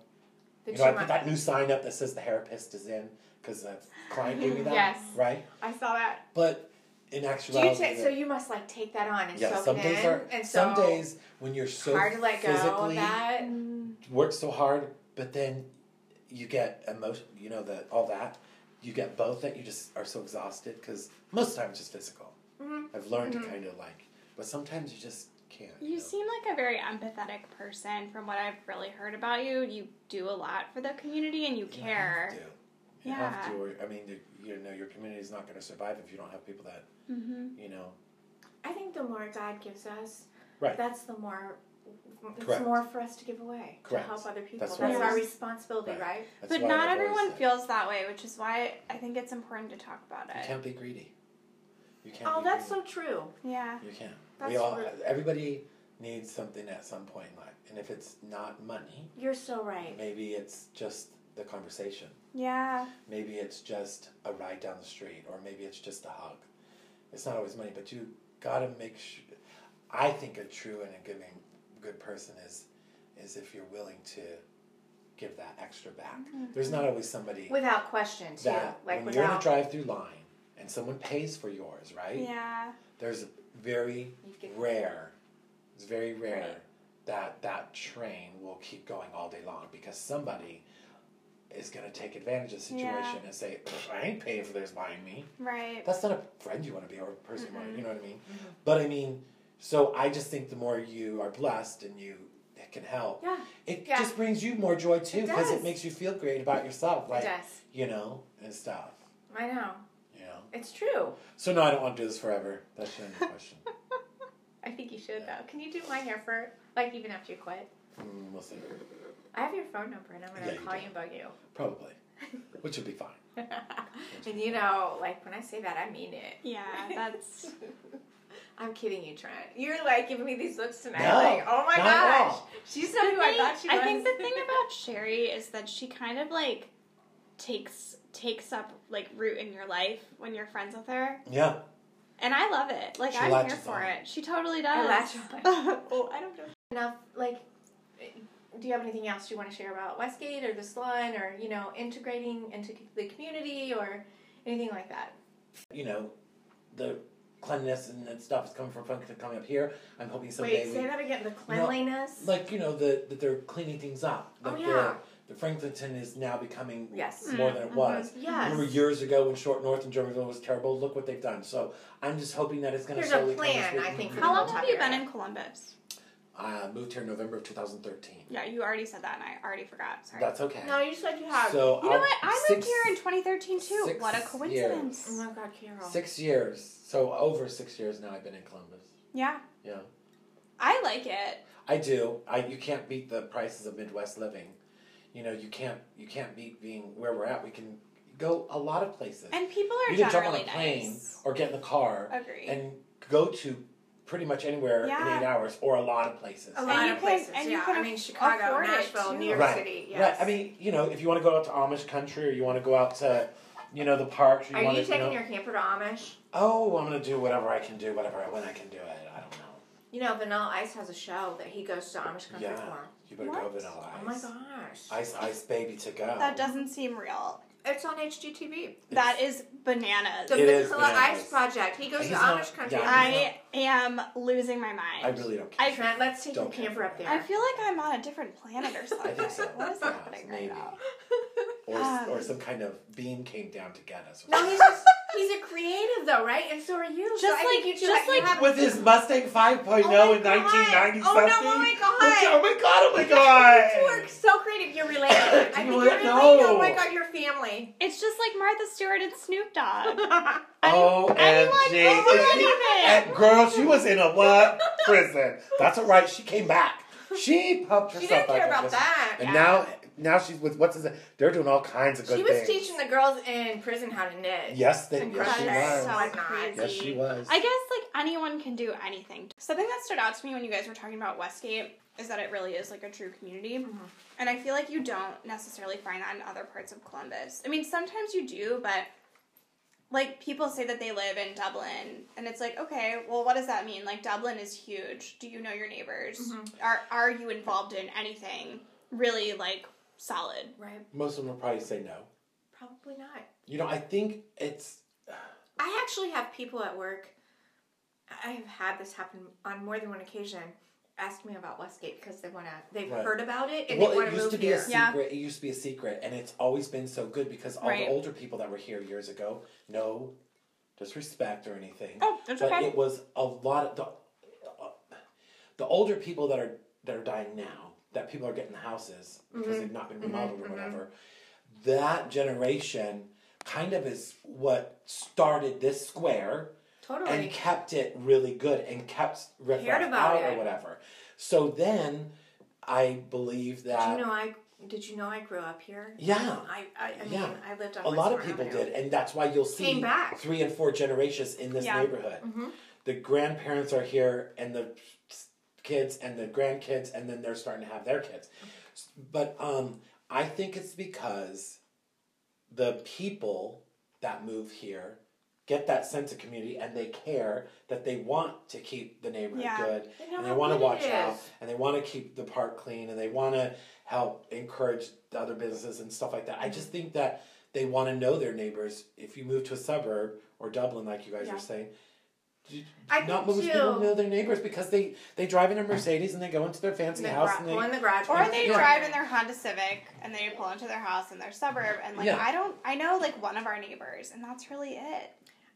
S1: The
S3: you
S1: two
S3: know, I put
S1: months.
S3: that new sign up that says the therapist is in because the client gave me that.
S1: Yes.
S3: Right.
S1: I saw that.
S3: But in
S1: Do you
S3: actuality,
S1: take?
S3: the-
S1: So you must like take that on and
S3: yeah,
S1: soak
S3: some
S1: it
S3: days
S1: in.
S3: are
S1: and so
S3: some days when you're so
S1: hard to let go of
S3: physically
S1: that.
S2: Mm.
S3: work so hard, but then you get emotion, you know, the all that. You get both that you just are so exhausted because most of the time it's just physical.
S1: Mhm.
S3: I've learned to kind of like, but sometimes you just can't.
S2: Mm-hmm. You
S3: know?
S2: seem like a very empathetic person from what I've really heard about you. You do a lot for the community and you
S3: You
S2: care.
S3: have to. You have
S2: Yeah.
S3: to. Or, I mean, the, you know, your community is not going to survive if you don't have people that
S2: Mm-hmm.
S3: you know.
S1: I think the more God gives us,
S3: Right.
S1: that's the more. It's
S3: Correct.
S1: more for us to give away
S3: Correct.
S1: to help other people.
S3: That's
S1: That's,
S3: what
S2: I
S1: our
S2: was-
S1: responsibility,
S3: Right.
S1: right?
S3: That's
S2: But
S3: why
S2: not
S3: I've always
S2: everyone
S3: said,
S2: feels that way, which is why I think it's important to talk about
S3: You
S2: it.
S3: can't be greedy. You can't.
S1: Oh,
S3: be
S1: that's
S3: greedy.
S1: so true.
S2: Yeah.
S3: You can.
S1: That's
S3: we all. uh,
S1: true.
S3: Everybody needs something at some point in life, and if it's not money,
S1: You're so right.
S3: maybe it's just the conversation.
S2: Yeah.
S3: Maybe it's just a ride down the street, or maybe it's just a hug. It's not always money, but you gotta make sure. I think a true and a giving, good person is, is if you're willing to give that extra back. There's not always somebody
S1: Without question, too.
S3: that
S1: like
S3: when
S1: without.
S3: you're in a drive-through line and someone pays for yours, right?
S2: Yeah.
S3: There's very
S1: You get-
S3: rare. It's very rare
S1: Right.
S3: that that train will keep going all day long because somebody is going to take advantage of the situation
S2: Yeah.
S3: and say, "Pff, "I ain't paying for this buying me."
S2: Right.
S3: That's not a friend you want to be or a person you
S1: Mm-hmm.
S3: want. to You know what I mean? But I mean, so I just think the more you are blessed and you can help,
S1: Yeah.
S3: it
S1: Yeah.
S3: just brings you more joy too because
S1: does.
S3: it makes you feel great about yourself, like
S1: does.
S3: you know, and stuff.
S1: I know.
S3: You know.
S1: It's true.
S3: So no, I don't want to do this forever. That's the end of the question.
S1: I think you should
S3: Yeah.
S1: though. Can you do my hair for like even after you quit?
S3: Mm, we'll see.
S1: I have your phone number and I'm gonna
S3: Yeah, you
S1: call
S3: do.
S1: you and bug *laughs* you.
S3: Probably, which would be fine.
S1: And you know, like when I say that, I mean *laughs* it.
S3: *laughs*
S2: Yeah. That's.
S1: I'm kidding you, Trent. You're like giving me these looks tonight.
S3: No,
S1: like, oh my
S3: not at
S1: gosh,
S3: all.
S1: she's not
S2: The
S1: who I
S2: thing-
S1: thought she was.
S2: I think the
S1: *laughs*
S2: thing about Sherry is that she kind of like takes takes up like root in your life when you're friends with her,
S3: Yeah.
S2: and I love it. Like
S3: She
S2: I'm here
S3: latches
S2: for
S3: on.
S2: it. She totally
S1: I
S2: does.
S1: latch
S2: *laughs*
S1: on.
S2: oh, I don't know.
S1: enough. Like, do you have anything else you want to share about Westgate or the salon or you know integrating into the community or anything like that?
S3: you know, the cleanliness and, and stuff is coming from coming up here. I'm hoping someday
S1: Wait,
S3: we
S1: say that again. The cleanliness.
S3: like you know the that they're cleaning things up.
S1: Oh,
S3: Like
S1: yeah.
S3: The Franklinton is now becoming
S1: Yes.
S3: more than it was.
S1: Yes.
S3: Remember years ago when Short North and Germanville was terrible. Look what they've done. So I'm just hoping that it's going to
S1: Here's a
S3: slowly come.
S1: plan,
S3: this way.
S1: I think, for
S2: How
S1: the
S2: long
S1: top
S2: have you
S1: area.
S2: been in Columbus?
S3: I moved here in November of 2013.
S2: Yeah, you already said that, and I already forgot. Sorry.
S3: That's okay.
S1: No, you said you have.
S3: so
S2: you know
S3: I'll-
S2: what? I moved
S3: six,
S2: here in 2013 too.
S3: six
S2: What a coincidence.
S1: oh my God, Carol.
S3: six years. So over six years now. I've been in Columbus.
S2: Yeah,
S3: Yeah,
S2: I like it.
S3: I do. I you can't beat the prices of Midwest living. You know you can't you can't beat being where we're at. We can go a lot of places.
S2: And people are
S3: you can jump on
S2: generally
S3: a plane
S2: nice.
S3: or get in the car
S2: Agree.
S3: and go to pretty much anywhere
S2: Yeah.
S3: in eight hours or a lot of places.
S1: a
S2: And
S1: lot
S2: you
S1: of
S2: can-
S1: places.
S2: and you
S1: yeah.
S2: can
S1: I mean, Chicago,
S2: afford it,
S1: Nashville,
S2: too.
S1: New York
S3: right.
S1: City. Yes.
S3: Right. I mean, you know, if you want to go out to Amish country or you want to go out to, you know, the parks or you
S1: are
S3: want
S1: you
S3: to,
S1: taking
S3: know,
S1: your camper to Amish?
S3: oh, I'm going to do whatever I can do, whatever I, when I can do it. I don't know.
S1: You know, Vanilla Ice has a show that he goes to Amish country
S3: Yeah.
S1: for.
S3: You better
S2: What?
S3: go vanilla
S1: Oh my
S3: ice.
S1: gosh!
S3: Ice, ice baby to go.
S2: That doesn't seem real.
S1: it's on HGTV.
S2: That is bananas.
S1: The
S3: It is
S1: Vanilla
S3: Vanilla
S1: Ice
S3: Ice.
S1: Project. He goes
S3: And
S1: to
S3: he's not-
S1: Amish country.
S3: yeah.
S2: I am losing my mind.
S3: I really don't care.
S2: I-
S1: Trent, let's take your
S3: Don't care.
S1: camper up there.
S2: I feel like I'm on a different planet or something.
S3: *laughs* I think so.
S2: What is
S3: Yeah,
S2: happening right
S3: maybe.
S2: now?
S3: Or,
S2: Um,
S3: or some kind of beam came down to get us.
S1: *laughs*
S3: or
S1: no,
S3: something.
S1: he's just, he's a creative though, right? And so are you. so
S2: Just
S1: I think
S2: like-
S1: you two
S2: just
S1: have- you
S2: like-
S1: have-
S3: with his Mustang 5.0
S1: Oh
S3: in
S1: my God.
S3: 1990
S1: Oh, no,
S3: something.
S1: oh my God.
S3: Which- oh my god! Oh my
S1: You two
S3: god!
S1: are so creative. You're related.
S3: *laughs*
S1: I think
S3: You
S1: you're
S3: let
S1: related.
S3: know.
S1: Oh my god, your
S3: *laughs*
S1: family.
S2: It's just like Martha Stewart and Snoop Dogg. I mean,
S3: Oh,
S2: anyone, anyone,
S3: and girl, she was in a what prison? That's all right. She came back. She pumped herself
S1: She didn't
S3: up
S1: care
S3: in
S1: about
S3: this-
S1: that.
S3: And now, now she's with what's his? They're doing all kinds of good
S1: She was
S3: things.
S1: teaching the girls in prison how to knit.
S3: Yes, they, *laughs* yes, she
S2: Incredible.
S3: was.
S2: So
S1: Yes,
S2: crazy.
S3: yes, she was.
S2: I guess like anyone can do anything. Something that stood out to me when you guys were talking about Westgate is that it really is like a true community. And I feel like you don't necessarily find that in other parts of Columbus. I mean, sometimes you do, but like people say that they live in Dublin and it's like, okay, well what does that mean? Like Dublin is huge. Do you know your neighbors? Are are you involved in anything really like solid?
S1: Right?
S3: Most of them will probably say no.
S1: Probably not.
S3: You know, I think it's
S1: I actually have people at work. I have had this happen on more than one occasion. Ask me about Westgate because they want to. They've
S3: Right.
S1: heard about it and
S3: well,
S1: they want
S3: it
S1: to
S3: used
S1: move
S3: to be
S1: here.
S3: a secret.
S2: Yeah.
S3: It used to be a secret, and it's always been so good because all
S2: Right.
S3: the older people that were here years ago, no disrespect or anything,
S2: Oh, that's
S3: but
S2: okay.
S3: it was a lot of the uh, the older people that are that are dying now, that people are getting the houses because
S2: Mm-hmm.
S3: they've not been remodeled or whatever. That generation kind of is what started this square
S1: Totally.
S3: and kept it really good and kept Riff
S1: Cared
S3: Raff
S1: about
S3: out
S1: it.
S3: or whatever. So then, I believe that
S1: Did you know I? Did you know I grew up here?
S3: Yeah.
S1: I. I, I mean,
S3: Yeah.
S1: I lived on
S3: a lot of
S1: Westmore
S3: people
S1: Avenue.
S3: did, and that's why you'll see
S1: Came back.
S3: three and four generations in this
S2: Yeah.
S3: neighborhood.
S1: Mm-hmm.
S3: The grandparents are here, and the kids, and the grandkids, and then they're starting to have their kids. But um, I think it's because the people that move here get that sense of community, and they care that they want to keep the neighborhood
S2: Yeah.
S3: good,
S1: They know
S3: and they
S1: how
S3: want to
S1: good it
S3: watch out,
S1: is.
S3: and they want to keep the park clean, and they want to help encourage the other businesses and stuff like that. I just think that they want to know their neighbors. If you move to a suburb or Dublin, like you guys
S1: Yeah.
S3: were saying, you-
S1: I
S3: not
S1: think
S3: most people
S1: too-
S3: know their neighbors because they they drive in a Mercedes and they go into their fancy
S1: The
S3: house
S1: gra-
S3: and
S1: well,
S3: they.
S1: in the garage.
S2: Or they
S3: Yeah.
S2: drive in their Honda Civic and they pull into their house in their suburb and like
S3: Yeah.
S2: I don't I know like one of our neighbors and that's really it.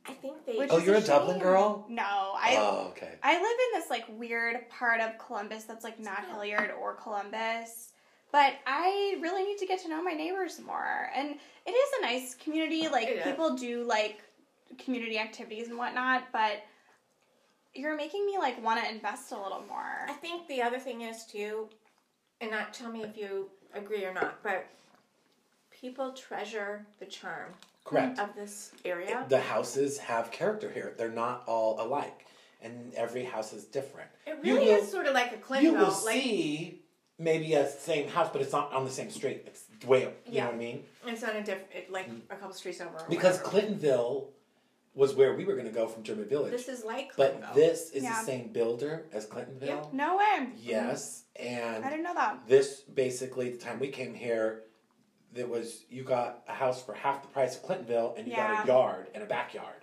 S1: I think they.
S2: Which
S3: Oh,
S2: is
S3: you're a
S2: shame.
S3: Dublin girl?
S2: No, I
S3: oh, okay.
S2: I live in this like weird part of Columbus that's like not Hilliard or Columbus. But I really need to get to know my neighbors more. And it is a nice community. Like
S1: It is.
S2: people do like community activities and whatnot, but you're making me like want to invest a little more.
S1: I think the other thing is too, and not tell me if you agree or not, but people treasure the charm
S3: Correct.
S1: of this area.
S3: The houses have character here. They're not all alike, and every house is different.
S1: It
S3: You
S1: really
S3: will-
S1: is sort of like a Clinton.
S3: you will
S1: like
S3: see maybe a same house, but it's not on the same street. It's way up. You
S1: Yeah.
S3: know what I mean?
S1: it's on a different, like a couple streets over. or
S3: Mm. Because
S1: whatever.
S3: Clintonville was where we were going to go from German Village,
S1: this is like
S3: but
S1: Clintonville.
S3: this is
S2: Yeah.
S3: the same builder as Clintonville.
S2: no way.
S3: Yes,
S2: I
S3: and
S2: didn't know that.
S3: this basically the time we came here, there was you got a house for half the price of Clintonville, and you got
S2: Yeah.
S3: a yard and a backyard.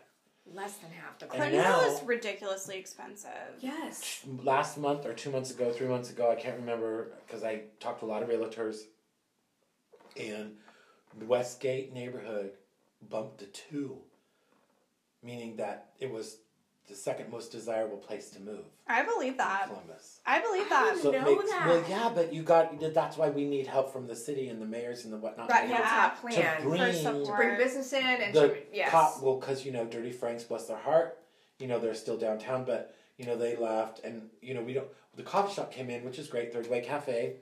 S1: less than half the
S3: And
S1: cost.
S2: Cornmeal
S3: now-
S2: is ridiculously expensive.
S1: Yes.
S3: last month or two months ago, three months ago, I can't remember because I talked to a lot of realtors, and the Westgate neighborhood bumped to two, meaning that it was the second most desirable place to move
S2: I believe
S3: in
S2: that.
S3: Columbus.
S2: I believe that.
S1: Uh, I know that.
S3: well, yeah, but you got that's why we need help from the city and the mayors and the whatnot.
S2: Right,
S3: you know,
S2: yeah.
S1: Hilltop
S3: To
S1: plan.
S3: bring
S2: For support.
S3: the
S1: Bring business in and to, yes.
S3: cop, well, because you know, Dirty Franks, bless their heart, you know, they're still downtown, but you know, they left, and you know, we don't. The coffee shop came in, which is great. Third Way Cafe.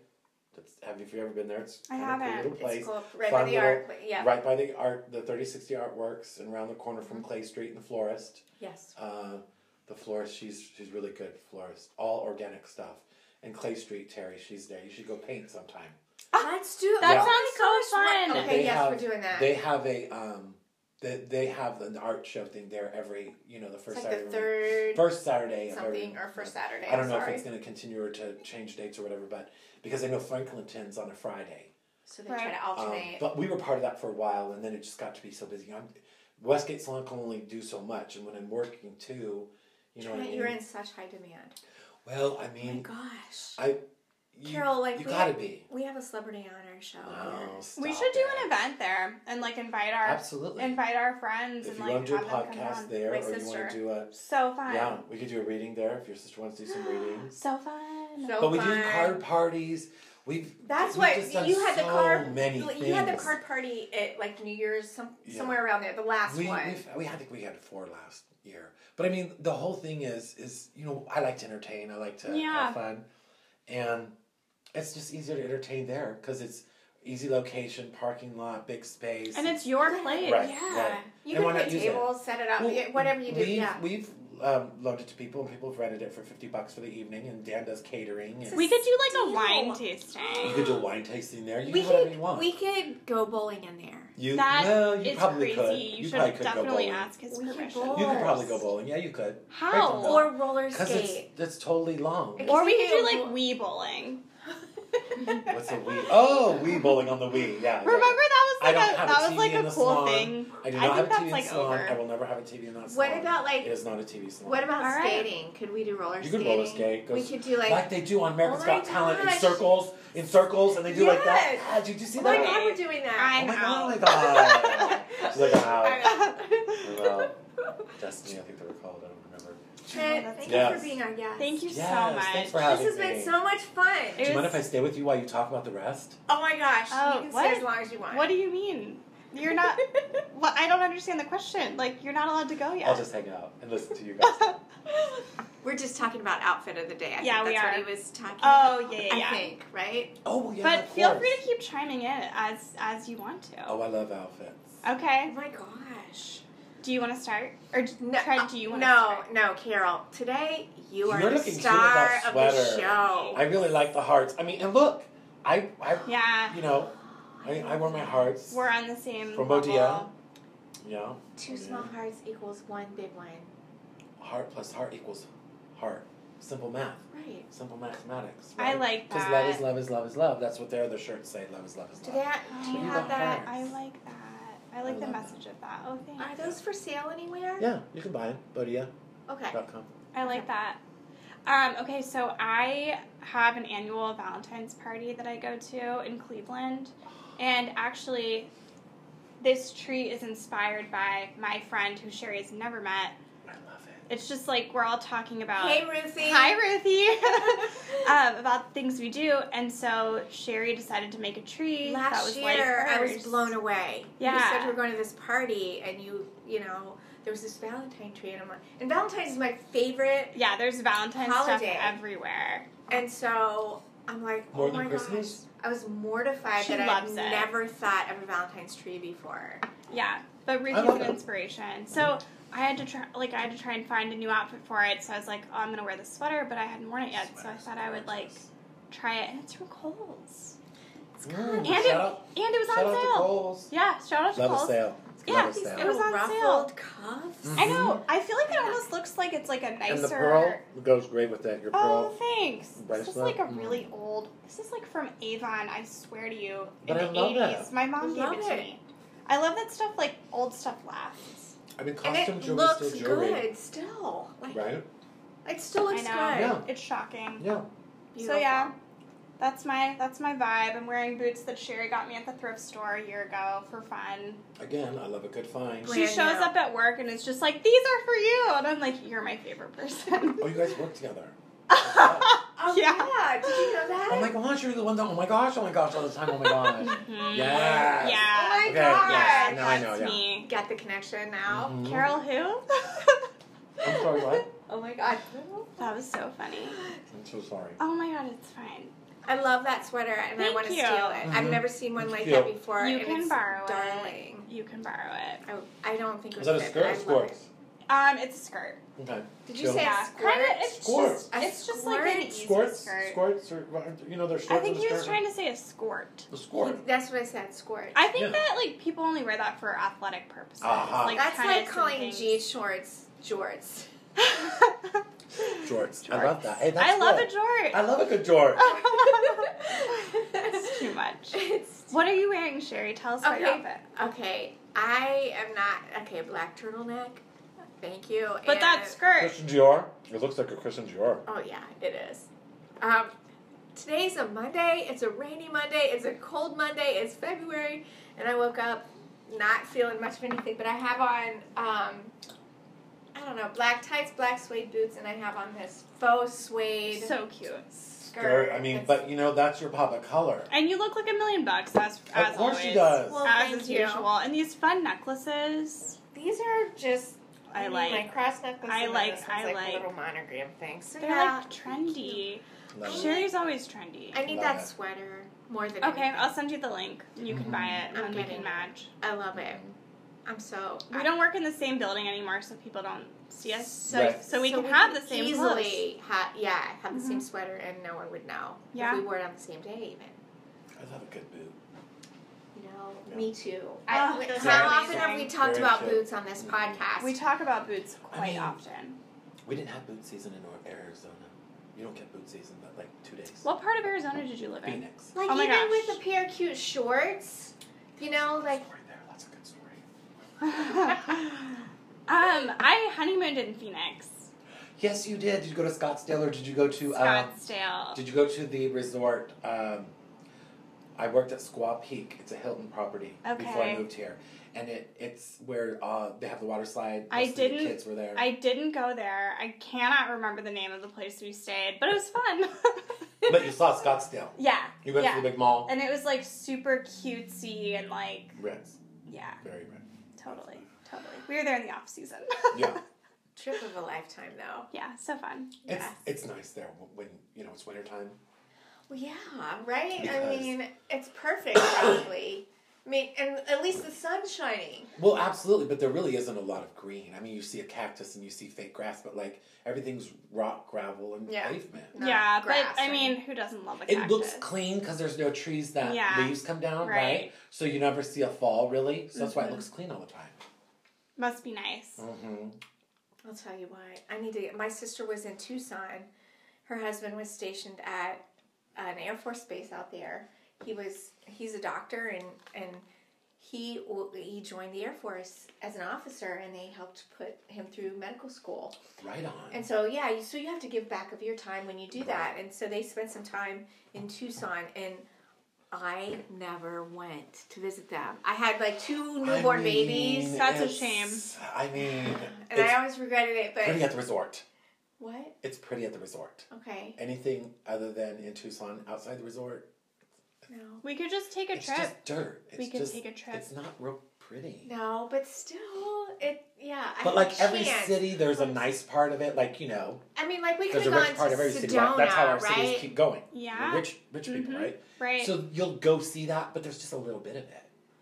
S3: That's have if you ever been there? It's
S2: I
S3: kind of a cool
S2: haven't.
S3: little place.
S1: It's cool. Right
S3: Fun
S1: by the
S3: little-
S1: art. Yeah.
S3: Right by the art, the thirty sixty artworks, and around the corner
S1: Mm-hmm.
S3: from Clay Street and the florist.
S1: Yes.
S3: Uh, the florist, she's she's really good florist. All organic stuff. And Clay Street, Terry, she's there. You should go paint sometime.
S1: Let's do
S2: Ah, That
S1: oh my
S2: sounds so
S1: gosh,
S2: fun.
S1: Okay,
S3: They
S1: yes,
S3: have-
S1: we're doing that.
S3: They have a um, they, they have an art show thing there every you know the first
S1: it's like
S3: Saturday
S1: the
S3: of
S1: third
S3: first Saturday of
S1: something
S3: every-
S1: or first Saturday.
S3: I don't
S1: I'm
S3: know
S1: sorry.
S3: if it's going to continue or to change dates or whatever, but because I know Franklinton's on a Friday,
S1: so they
S2: Right.
S1: try to
S3: um,
S1: alternate.
S3: but we were part of that for a while, and then it just got to be so busy. I'm, Westgate Salon can only do so much, and when I'm working too, you know, what I
S1: Trent, You're
S3: mean?
S1: in such high demand.
S3: well, I
S1: Oh my
S3: mean,
S1: gosh.
S3: you,
S1: Carol, like
S3: you
S1: we
S3: gotta
S1: have-
S3: be.
S1: We have a celebrity on our show.
S3: No,
S2: we
S3: Oh, stop
S2: should do
S3: it.
S2: an event there and like invite our
S3: Absolutely.
S2: invite our friends
S3: if
S2: and
S3: you
S2: like
S3: want to do
S2: have
S3: a
S2: them come
S3: podcast
S2: down.
S3: there,
S1: My
S3: or you want
S1: sister.
S3: to do a
S2: So fun.
S3: yeah, we could do a reading there if your sister wants
S1: *gasps*
S3: to do some readings.
S2: So fun.
S1: So
S3: but we
S1: fun.
S3: do card parties. We've
S1: That's
S3: we've
S1: what
S3: just done
S1: you had the
S3: so
S1: card.
S3: Many
S1: you had the
S3: things.
S1: card party at like New Year's, some,
S3: Yeah.
S1: somewhere around there, the last
S3: we,
S1: one.
S3: we've- we I think we had four last year. But I mean, the whole thing is is you know I like to entertain. I like to
S2: Yeah.
S3: have fun, and it's just easier to entertain there because it's easy location, parking lot, big space,
S2: And it's your
S1: Yeah.
S2: place.
S3: Right,
S1: yeah,
S3: right.
S1: you
S3: And
S1: can
S3: why
S1: put
S3: not use it?
S1: tables, set it up,
S3: Well,
S1: yeah, whatever you do.
S3: We've,
S1: yeah,
S3: we've um, loaned it to people, and people have rented it for fifty bucks for the evening. And Dan does catering. And
S2: We could do like a
S1: Deal.
S2: wine
S3: you
S2: tasting.
S3: could do a wine tasting there. You
S1: we
S3: do whatever
S1: could
S3: you want.
S1: we could go bowling in there.
S3: you
S2: That
S3: well, you
S2: it's
S3: probably
S2: crazy.
S3: could.
S2: You,
S3: You,
S2: should
S3: probably could go
S2: definitely
S3: bowling.
S2: ask his
S1: We could
S2: permission.
S1: bowl.
S3: You could probably
S1: course.
S3: go bowling. Yeah, you could.
S2: How?
S3: Right.
S1: Or roller
S3: Because it's
S1: skate.
S3: that's totally long.
S1: It-
S2: Or we
S1: You
S2: could do
S1: could
S2: like
S1: bowl.
S2: Wii
S3: *laughs*
S2: bowling.
S3: What's
S1: *laughs*
S3: a Wii? Oh, Wii bowling on the Wii. Yeah. yeah.
S2: Remember that was
S3: I
S2: like
S3: don't
S2: a
S3: have
S2: that
S3: a
S2: was
S3: TV
S2: like
S3: in
S2: a
S3: the
S2: cool
S3: salon.
S2: thing.
S3: I do
S2: I
S3: not have
S2: think
S3: a TV
S2: that's like
S3: in salon. I
S2: over.
S3: will never have a TV in that salon.
S1: What about
S3: It
S1: like
S3: is not a TV salon.
S1: what about
S2: All right.
S1: skating? Could we do roller
S3: You
S1: skating?
S3: could roller skate, go
S1: We
S3: s-
S1: could do like,
S3: like, they do on America's
S1: Oh my
S3: Got Talent in
S1: gosh.
S3: circles, in circles, and they do like that.
S1: Yes.
S3: Ah, did you see
S1: oh my
S3: that?
S1: god, we're doing that.
S2: I-
S3: Oh my
S2: I'm
S3: god! Oh my
S2: out.
S3: god! She's like,
S1: *laughs* All
S3: wow.
S1: right.
S3: *laughs* Well,
S1: *laughs*
S3: Destiny, I think they were called. I don't remember.
S1: Trent,
S2: That's
S1: thank you
S3: Yes.
S1: for being our guest.
S2: Thank you so
S3: Yes,
S2: much.
S3: Thanks for
S1: This
S3: having
S1: has
S3: me.
S1: been so much fun.
S3: do you
S2: It was-
S3: mind if I stay with you while you talk about the rest?
S1: Oh my gosh,
S2: Oh,
S1: you can
S2: what?
S1: stay as long as you want.
S2: What do you mean? You're not.
S3: *laughs*
S2: well, I don't understand the question. Like you're not allowed to go yet.
S3: I'll just hang out and listen to you guys.
S1: We're just talking about outfit of the day. I
S2: Yeah,
S1: think
S2: we
S1: that's
S2: are.
S1: what he was talking
S2: oh
S1: about.
S2: yeah, yeah. yeah.
S1: I think, right?
S3: *laughs* oh, well,
S2: *laughs*
S3: yeah.
S2: but
S3: of
S2: feel
S3: course.
S2: free to keep chiming in as as you want to.
S3: Oh, I love outfits.
S1: Oh
S2: Okay.
S1: my gosh.
S2: Do you want to start, or d-
S1: No, uh,
S2: Trent, do you want to
S1: no,
S2: start?
S1: no, Carol. Today you are
S3: You're
S1: the
S3: looking cute
S1: star
S3: with that
S1: of the
S3: sweater.
S1: show.
S3: I really like the hearts. I mean, and look, I, I
S2: Yeah,
S3: you know, I, I wear my hearts.
S2: we're on the same.
S3: From
S2: level.
S3: ODL? yeah.
S1: Two small hearts equals one big one.
S3: Heart plus heart equals heart. Simple math.
S1: Right.
S3: Simple mathematics.
S2: I
S3: Right?
S2: like
S3: Because
S2: that.
S3: love is love is love is love. That's what their other shirts say. Love is love is
S1: Do
S3: love.
S1: that do you
S2: Oh,
S1: have
S3: the
S1: that?
S3: heart.
S2: I like that. I like
S3: I
S2: the
S3: love
S2: message of that. Oh, thanks.
S1: Are those for sale anywhere?
S3: Yeah, you can buy them. Bodia.com.
S1: Okay.
S2: Oh I like that. Um, okay, so I have an annual Valentine's party that I go to in Cleveland, and actually, this tree is inspired by my friend who Sherry has never met.
S3: I love it.
S2: It's just like we're all talking about.
S1: Hey Ruthie.
S2: Hi, Ruthie. *laughs* um,
S1: *laughs*
S2: about things we do, and so Sherry decided to make a tree. that
S1: Last
S2: was
S1: year,
S2: like
S1: I was
S2: hers.
S1: blown away. You
S2: Yeah.
S1: said you were going to this party, and you, you know, there was this Valentine tree, and I'm like, and Valentine's is my favorite,
S2: Yeah, there's Valentine's
S1: Holiday.
S2: stuff everywhere.
S1: and so I'm like,
S3: More
S1: oh
S3: than
S1: my
S3: Christmas?
S1: gosh, I was mortified
S2: She
S1: that
S2: loves
S1: I've
S2: it.
S1: never thought of a Valentine's tree before.
S2: Yeah, but
S3: I
S2: Ruthie's
S3: love
S2: an
S3: it.
S2: inspiration. So I had to try, like, I had to try and find a new outfit for it. So I was like, oh, I'm gonna wear this sweater, but I hadn't worn it yet. So I thought I would like try it, and it's from Kohl's,
S1: It's
S3: Mm,
S1: kind of
S2: and it
S3: shout
S2: and
S3: out,
S2: it was
S3: shout out
S2: on
S3: to
S2: sale.
S3: Kohl's.
S2: Yeah, shout out to
S3: Love a
S2: Kohl's.
S3: sale.
S2: Yeah,
S3: love a
S1: these
S3: sale.
S2: It was
S1: little
S2: on
S1: ruffled cuffs.
S3: Mhm.
S2: I know. I feel like it almost looks like it's like a nicer.
S3: And the pearl goes great with that. Your
S2: Oh,
S3: pearl.
S2: thanks. This is
S3: bracelet.
S2: like
S3: Mm.
S2: a really old. This is like from Avon. I swear to you, in
S3: But I
S2: the
S3: love
S2: eighties, my mom
S1: Love
S2: gave it to
S1: it.
S2: me. I love that stuff. Like old stuff lasts.
S3: I mean,
S1: and
S3: costume
S1: it
S3: jewelry is
S1: looks
S3: still jewelry,
S1: good still. Like
S3: right?
S1: it still looks
S2: I
S1: good.
S2: know.
S3: good.
S2: It's shocking.
S3: Yeah.
S2: So yeah, that's my that's my vibe. I'm wearing boots that Sherry got me at the thrift store a year ago for fun.
S3: Again, I love a good find.
S1: Brand
S2: she shows
S1: new.
S2: up at work and is just like, "These are for you," and I'm like, "You're my favorite person." *laughs*
S3: Oh, you guys work together.
S1: Oh yeah.
S2: Yeah.
S1: Did you know that?
S3: *laughs* Oh my gosh, you're the one that. Oh my gosh, oh my gosh, all the time. Oh my gosh. *laughs* yes.
S2: Yeah.
S1: Oh my
S3: Okay,
S1: god.
S3: yes. Now I know.
S2: That's
S3: Yeah.
S2: me.
S1: Get the connection now.
S3: Mhm.
S2: Carol, who? *laughs*
S3: I'm sorry. What?
S1: Oh my god.
S2: that was so funny.
S3: I'm so sorry.
S2: Oh my god, it's fine.
S1: I love that sweater and I
S2: Thank
S1: want to
S2: you.
S1: steal it. I've
S3: Mhm.
S1: never seen one like
S3: Cute.
S1: that before.
S2: You
S1: and
S2: can
S1: it's
S2: borrow it.
S1: darling.
S2: You can borrow it.
S1: I, I don't think it was
S3: Is that a
S1: fit,
S3: skirt
S1: but
S3: or
S1: I love
S3: squirt?
S1: it.
S2: Um, it's a skirt.
S3: Okay.
S1: Did you
S3: Chill.
S1: say
S2: Yeah,
S1: squirt?
S2: kind of. It's
S3: Squirt.
S2: just
S1: A
S2: it's just like an
S1: squirt?
S2: easy
S3: Squirts,
S2: skirt.
S3: squirts, or well, you know, there's
S2: I
S3: shorts.
S2: think
S3: and a
S2: he was
S3: skirt.
S2: trying to say a squirt.
S3: The squirt.
S1: That's what I said, squirt.
S2: I think
S3: Yeah.
S2: that like people only wear that for athletic purposes.
S3: Uh-huh.
S2: Like,
S1: That's
S2: tennis
S1: like
S2: and
S1: calling
S2: things.
S1: G shorts jorts.
S3: *laughs* Jorts. I love that. Hey, that's
S2: I love
S3: good.
S2: a jort.
S3: I love a good jort.
S2: Oh, *laughs* It's too much.
S1: *laughs* It's
S2: What are you wearing, Sherry? Tell us about your
S1: Okay.
S2: outfit.
S1: okay. I am not okay. Black turtleneck. Thank you.
S2: But
S1: and-
S2: that skirt.
S3: Christian Dior. It looks like a Christian Dior.
S1: Oh yeah, it is. Um, today's a Monday. It's a rainy Monday. It's a cold Monday. It's February, and I woke up not feeling much of anything. But I have on um, I don't know, black tights, black suede boots, and I have on this faux suede
S2: So cute.
S1: skirt.
S3: I mean,
S1: that's-
S3: but you know, that's your pop of color.
S2: And you look like a million bucks as as
S3: of course
S2: always.
S3: she does.
S1: Well,
S2: as
S1: thank
S2: is
S1: you.
S2: usual. And these fun necklaces.
S1: these are just.
S2: I
S1: mean,
S2: like.
S1: my cross necklace.
S2: I
S1: and then
S2: like-
S1: This one's
S2: I
S1: like, a
S2: like.
S1: little monogram thing. So
S2: They're
S1: yeah,
S2: like trendy.
S3: Love it.
S2: Sherry's always trendy.
S1: I need
S3: Love
S1: that
S3: it.
S1: sweater more than
S2: Okay,
S1: anything.
S2: I'll send you the link. You can buy it
S1: I'm
S2: and we
S1: getting
S2: can
S1: it.
S2: match.
S1: I love it. I'm so.
S2: We don't work in the same building anymore, so people don't see us. So,
S3: Right.
S2: so we can have the same clothes.
S1: easily. Ha- yeah, have the same
S2: Mhm.
S1: sweater, and no one would know.
S2: Yeah.
S1: if we wore it on the same day, even.
S3: I love a good boot.
S1: You know,
S3: Yeah.
S1: me too.
S2: Ah,
S1: I, wait,
S2: those
S1: how
S3: are
S1: often
S2: amazing.
S1: have we talked
S3: Very Mm-hmm.
S1: about
S3: chill.
S1: boots on this podcast?
S2: We talk about boots
S3: I
S2: quite
S3: mean-
S2: often.
S3: We didn't have boot season in Or- Arizona. You don't get boot season but like two days.
S2: What part of Arizona did you live in?
S3: Phoenix.
S1: like
S2: Oh my
S1: even
S2: gosh.
S1: with a pair of cute shorts, you know, like
S3: story there. That's a good story.
S2: *laughs* um, I honeymooned in Phoenix,
S3: Yes, you did. Did you go to Scottsdale or did you go to? Um,
S2: Scottsdale.
S3: did you go to the resort? Um, I worked at Squaw Peak. It's a Hilton property before I
S2: Okay.
S3: moved here, and it it's where uh, they have the water slide.
S2: I
S3: Most of the
S2: didn't-
S3: Kids were there.
S2: I *laughs* didn't go there. I cannot remember the name of the place we stayed, but it was fun.
S3: *laughs* but you saw Scottsdale.
S2: *laughs* yeah,
S3: You went
S2: yeah.
S3: to the
S2: *laughs*
S3: big mall.
S2: and it was like super cutesy and like
S3: Ritz,
S2: yeah,
S3: very Ritz.
S2: totally, totally. We were there in the off season. *laughs*
S3: Yeah.
S1: trip of a lifetime, though.
S2: yeah, so fun.
S3: It's
S1: Yes.
S3: it's nice there w- when you know it's wintertime.
S1: Well, yeah, right. I
S3: Because-
S1: mean, it's perfect, probably. I mean, and at least the sun's shining.
S3: Well, absolutely, but there really isn't a lot of green. I mean, you see a cactus and you see fake grass, but like everything's rock, gravel, and
S1: Yeah.
S3: pavement.
S1: No,
S2: yeah, but
S1: grass,
S2: I
S1: right?
S2: mean, who doesn't love a
S3: It
S2: cactus?
S3: looks clean because there's no trees that
S2: Yeah.
S3: leaves come down, right.
S2: Right. Mm-hmm.
S3: So you never see a fall, really. So that's why it looks clean all the time.
S2: Must be nice.
S3: Mm-hmm.
S1: I'll tell you what. I need to get. My sister was in Tucson. Her husband was stationed at an Air Force base out there. He was. He's a doctor, and and he w- he joined the Air Force as an officer, and they helped put him through medical school.
S3: Right on.
S1: And so yeah, you, so you have to give back of your time when you do that. And so they spent some time in Tucson and. I never went to visit them. I had like two
S3: I
S1: newborn
S3: mean,
S1: babies,
S2: That's a
S3: it's-
S2: shame.
S3: I mean,
S1: and
S3: it's
S1: I always regretted it.
S3: pretty
S1: But
S3: at the resort.
S1: what?
S3: It's pretty at the resort.
S1: Okay,
S3: Anything other than in Tucson, outside the resort,
S1: no.
S2: We could just take a
S3: it's
S2: trip.
S3: just dirt. It's
S2: We could
S3: just-
S2: take a trip.
S3: It's not real pretty.
S1: No, but still, it yeah. I
S3: But
S1: had a
S3: like every
S1: chance.
S3: city, there's a nice part of it. Like you know,
S1: I mean, like we could
S3: there's
S1: have
S3: a
S1: gone
S3: rich
S1: to
S3: part of every
S1: Sedona,
S3: city. Like, that's how our
S1: right?
S3: cities keep going.
S2: Yeah.
S3: We're rich, rich people,
S2: Mhm.
S3: right?
S2: right.
S3: So you'll go see that, but there's just a little bit of it.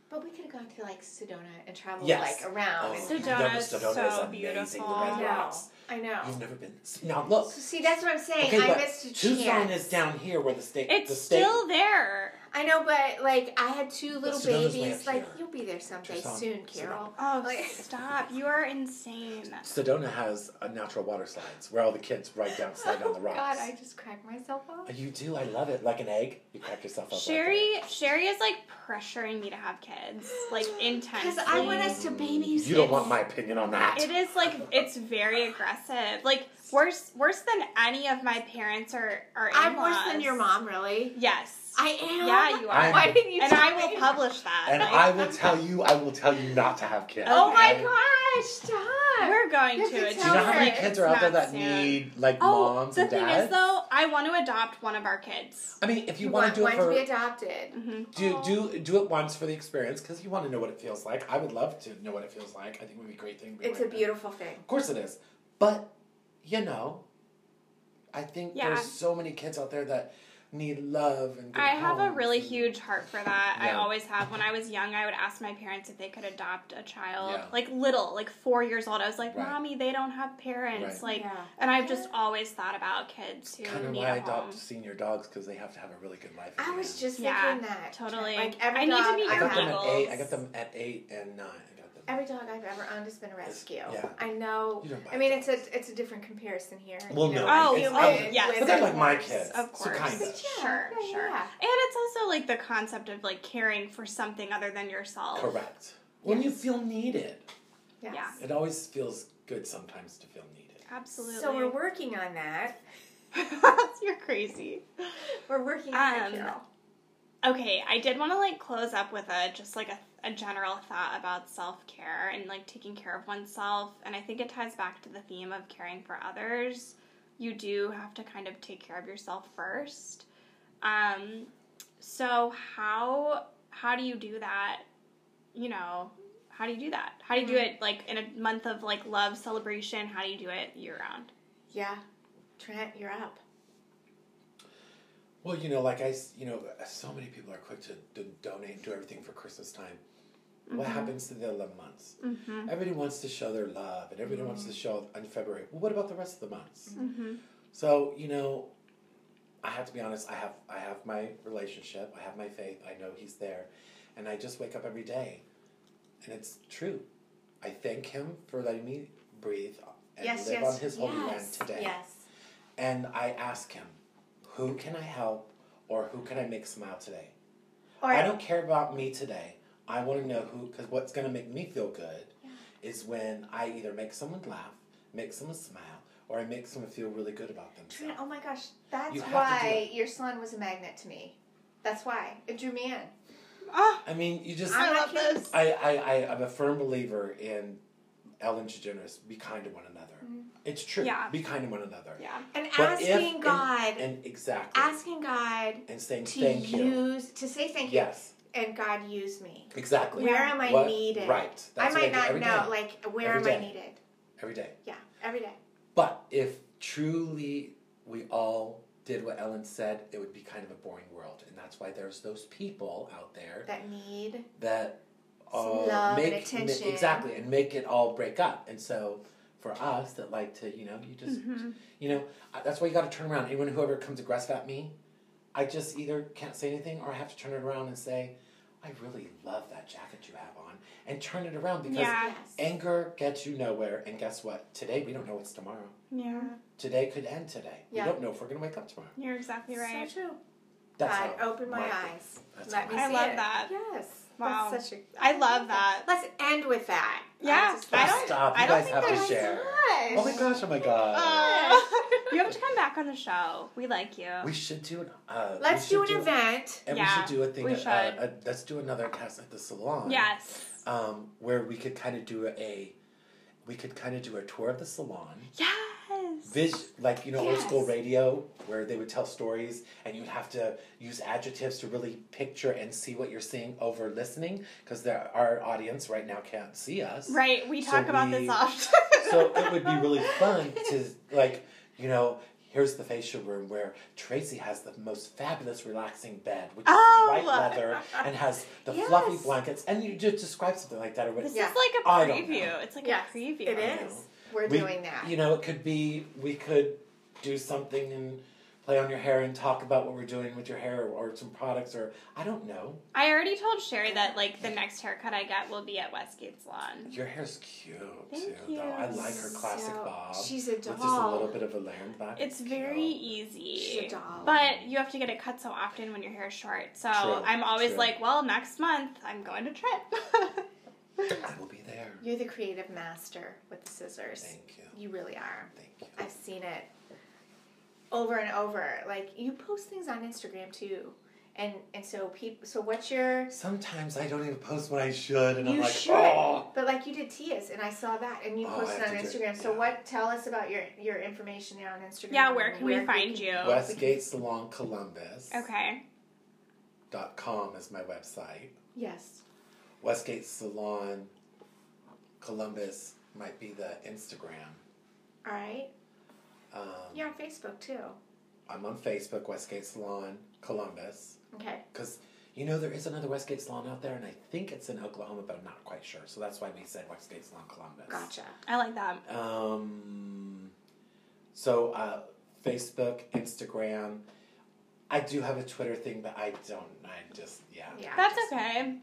S1: but we could have gone to like Sedona and traveled
S3: Yes.
S1: like around.
S3: Oh,
S1: and-
S2: Sedona
S3: Sedona
S2: is
S3: is
S2: so
S3: amazing, the
S2: beautiful.
S1: I
S3: red
S1: know.
S3: rocks.
S1: I
S3: You've
S1: know.
S3: never been. Now look.
S1: So see, that's what I'm saying.
S3: Okay,
S1: I
S3: but
S1: missed a
S3: Tucson
S1: chance.
S3: is down here where the state.
S2: it's
S3: the state,
S2: still there.
S1: I know, but like I had two little
S3: That's another way
S1: babies.
S3: up
S1: Like
S3: here.
S1: you'll be there someday
S3: Just on-
S1: soon,
S3: sit
S1: Carol.
S3: on.
S2: Oh,
S1: Like-
S2: stop. You are insane.
S3: Sedona has a natural water slides where all the kids ride
S1: *laughs*
S3: down, slide down the rocks.
S1: Oh, God, I just cracked myself up.
S3: You do. I love it. Like an egg, you crack yourself up. like
S2: Sherry
S3: that.
S2: Sherry is like pressuring me to have kids. *gasps* Like intensely.
S1: Because I want us to babysit.
S3: You don't want my opinion on that.
S2: It is like it's very aggressive. Like worse worse than any of my parents or or
S1: I'm
S2: in-laws.
S1: worse than your mom, really.
S2: Yes.
S1: I am.
S2: Yeah, you are.
S3: I'm-
S1: *laughs* Why didn't you?
S2: and
S1: tell
S2: I will
S1: me?
S2: publish that.
S1: *laughs*
S3: and
S2: Like, *laughs*
S3: I will tell you. I will tell you not to have kids.
S1: Oh my
S3: Okay?
S1: gosh! Stop.
S2: We're going
S1: You
S2: to.
S1: have to
S2: It's
S3: Do you know how many
S2: not-
S3: kids
S2: it's
S3: are out there
S2: not
S3: that
S2: soon.
S3: need like
S2: Oh,
S3: moms
S2: the
S3: and
S2: thing
S3: dads?
S2: is though, I want to adopt one of our kids.
S3: I mean, if you,
S1: you
S3: want
S1: want
S3: to do it
S1: one to
S3: for
S1: be adopted.
S2: hmm
S3: do do do it once for the experience because you want to know what it feels like. I would love to know what it feels like. I think it would be a great thing. to be
S1: It's a
S3: like that.
S1: beautiful thing.
S3: Of course it is, but you know, I think
S2: Yeah.
S3: there's so many kids out there that need love and. good
S2: I have a
S3: homes
S2: really
S3: and-
S2: huge heart for that. I
S3: Yeah.
S2: always have. When I was young, I would ask my parents if they could adopt a child,
S3: Yeah.
S2: like little, like four years old. I was like,
S3: Right.
S2: "Mommy, they don't have parents."
S1: Right.
S2: Like,
S1: Yeah.
S2: and I've just always thought about kids who
S3: Kind of
S2: need
S3: why I
S2: a home.
S3: adopt senior dogs because they have to have a really good life.
S1: I
S3: again.
S1: was just
S2: Yeah,
S1: thinking that.
S2: totally.
S1: Like every
S2: I need to
S1: dog
S2: meet
S3: I
S1: I've
S2: your
S3: got
S1: ever-
S3: them at eight. I
S2: goggles.
S3: got them at eight and nine. I got them.
S1: Every dog I've ever owned has been a rescue.
S3: yeah.
S1: I know.
S3: You don't buy
S1: I mean, it's
S3: dogs.
S1: a it's a different comparison here.
S3: Well,
S1: you know,
S3: no,
S1: a
S2: Oh,
S3: it's-
S1: human
S2: oh, yes.
S1: with
S3: But they're
S1: a
S3: like my
S1: horse.
S3: kids.
S2: Of
S3: So
S2: course.
S3: kinda.
S1: But yeah,
S2: Sure,
S1: yeah,
S2: sure.
S1: yeah.
S2: And it's also like the concept of like caring for something other than yourself.
S3: Correct. When you feel needed,
S1: Yes.
S2: Yeah.
S3: it always feels good sometimes to feel needed.
S2: Absolutely.
S1: So
S2: *laughs*
S1: we're working on that.
S2: You're crazy.
S1: We're working on
S2: Um,
S1: it, Carol.
S2: Okay, I did want to like close up with a just like a, a general thought about self care and like taking care of oneself. And I think it ties back to the theme of caring for others. You do have to kind of take care of yourself first. Um, so how how do you do that? You know, how do you do that? How do you do it like in a month of like love celebration? How do you do it year round?
S1: Yeah. Trent, you're up.
S3: Well, you know, like I, s- you know, so many people are quick to, to donate and do everything for Christmas time.
S1: Mm-hmm.
S3: What happens to the 11 months?
S2: Mm-hmm.
S3: Everybody wants to show their love and everybody wants to
S1: Mm-hmm.
S3: show in February. Well, what about the rest of the months?
S2: Mm-hmm.
S3: So, you know, I have to be honest, I have, I have my relationship, I have my faith, I know He's there. And I just wake up every day and it's true. I thank Him for letting me breathe and
S1: yes,
S3: live
S1: yes.
S3: on
S1: yes,
S3: His holy land today
S1: Yes.
S3: and I ask him, who can I help or who can I make smile today?
S1: Or
S3: I don't care about me today. I want to know who, because what's going to make me feel good is when I either make someone laugh, make someone smile, or I make someone feel really good about
S1: Trent,
S3: themselves.
S1: oh my gosh, that's
S3: You have to do
S1: why
S3: it.
S1: your son was a magnet to me. That's why. It drew me in.
S2: Oh,
S3: I mean, you just,
S1: I'm
S2: I
S3: I,
S1: not
S2: love
S1: kidding.
S2: this.
S3: I, I, I'm a firm believer in Ellen DeGeneres be kind to one another.
S1: Mm-hmm.
S3: It's true.
S2: Yeah.
S3: Be kind to one another.
S2: Yeah.
S1: And
S3: But if-
S1: asking
S3: and-
S1: God,
S3: And, exactly.
S1: asking God
S3: and saying
S1: to
S3: thank you.
S1: use, to say thank you,
S3: Yes,
S1: and God use me.
S3: exactly.
S1: Where am I
S3: What-
S1: needed?
S3: Right.
S1: I
S3: That's what
S1: might
S3: do
S1: not
S3: every
S1: know,
S3: day.
S1: like, where
S3: Every
S1: am I
S3: day.
S1: needed?
S3: every day.
S1: Yeah, every day.
S3: But if truly we all did what Ellen said, it would be kind of a boring world, and that's why there's those people out there
S1: That need.
S3: that uh,
S1: Some love and
S3: make
S1: attention.
S3: exactly and make it all break up. And so for us that like to you know you just
S2: Mm-hmm.
S1: Mm-hmm.
S3: you know I- that's why you got to turn around. Anyone whoever comes aggressive at me, I just either can't say anything or I have to turn it around and say. I really love that jacket you have on, and turn it around because
S2: Yeah.
S1: Yes.
S3: anger gets you nowhere. And guess what? Today we don't know what's tomorrow
S2: Yeah.
S3: today could end today.
S1: Yeah.
S3: We don't know if we're going to wake up tomorrow.
S2: You're exactly right.
S1: So true.
S3: That's
S1: God,
S3: how
S1: open my,
S3: thing-
S1: eyes.
S3: That's
S1: Let
S3: how
S1: me
S3: I
S1: see
S2: I love
S1: it.
S2: that.
S1: Yes.
S2: Wow.
S1: That's such a,
S2: I love that.
S1: Let's end with that.
S2: Yeah,
S1: I just
S2: I
S1: love
S2: don't-
S1: it.
S3: Stop. You
S2: I don't
S3: guys
S2: think
S3: have
S2: that I
S3: to share.
S1: Gosh.
S3: Oh my gosh, oh my god.
S1: *laughs*
S2: Uh, you have to come back on the show. We like you.
S3: we should do an uh, we
S1: Let's
S3: should
S1: do an event.
S3: And
S2: Yeah,
S3: we should do a thing
S2: we
S3: at, uh,
S2: should.
S3: a, let's do another cast at the salon.
S2: yes.
S3: Um where we could kind of do a we could kind of do a tour of the salon.
S2: Yes.
S3: Vis- like you know old school
S1: Yes.
S3: radio where they would tell stories and you'd have to use adjectives to really picture and see what you're seeing over listening because our audience right now can't see us.
S2: Right. We
S3: So
S2: talk about
S3: we-
S2: this often. *laughs*
S3: So it would be really fun to like, you know, here's the facial room where Tracy has the most fabulous relaxing bed, which
S2: Oh!
S3: is white leather and has the
S1: Yes.
S3: fluffy blankets, and you just describe something like that or
S2: This
S3: what.
S1: Yeah.
S2: is like a
S3: I don't know.
S2: preview. It's like
S1: Yes,
S2: a preview.
S1: It
S3: I
S1: is.
S3: know.
S1: We're
S3: We-
S1: doing that.
S3: You know, it could be we could do something in play on your hair and talk about what we're doing with your hair or, or some products or I don't know.
S2: I already told Sherry that like the next haircut I get will be at Westgate Salon.
S3: Your hair's cute
S2: Thank
S3: too,
S2: you.
S3: though. I like her classic
S4: So-
S3: bob
S4: She's a
S3: with just a little
S4: doll.
S3: bit of a layering back.
S2: It's very
S3: cute.
S2: easy.
S4: She's a doll.
S2: But you have to get it cut so often when your hair's short. So
S3: True,
S2: I'm always
S3: true.
S2: like, well, next month I'm going to trip. *laughs*
S3: I will be there.
S1: You're the creative master with the scissors.
S3: Thank you.
S1: You really are.
S3: Thank you.
S1: I've seen it over and over. Like you post things on Instagram too, and and so people. So what's your?
S3: Sometimes I don't even post when I should, and I'm
S1: you
S3: like,
S1: should,
S3: oh.
S1: but like you did Tia's, and I saw that, and you
S3: Oh, I
S1: posted on
S3: have to do-
S1: Instagram. So
S3: yeah.
S1: what? Tell us about your your information there on Instagram.
S2: yeah, where can we
S1: we
S2: find you?
S3: Westgate Salon Columbus.
S2: Okay.
S3: dot com is my website.
S1: Yes.
S3: Westgate Salon Columbus might be the Instagram.
S1: All right.
S3: Um,
S1: You're on Facebook too.
S3: I'm on Facebook, Westgate Salon Columbus,
S1: Okay.
S3: because you know there is another Westgate Salon out there, and I think it's in Oklahoma, but I'm not quite sure. So that's why we said Westgate Salon Columbus.
S1: Gotcha.
S2: I like that.
S3: Um, so uh, Facebook, Instagram. I do have a Twitter thing, but I don't. I just yeah.
S1: Yeah.
S2: That's okay.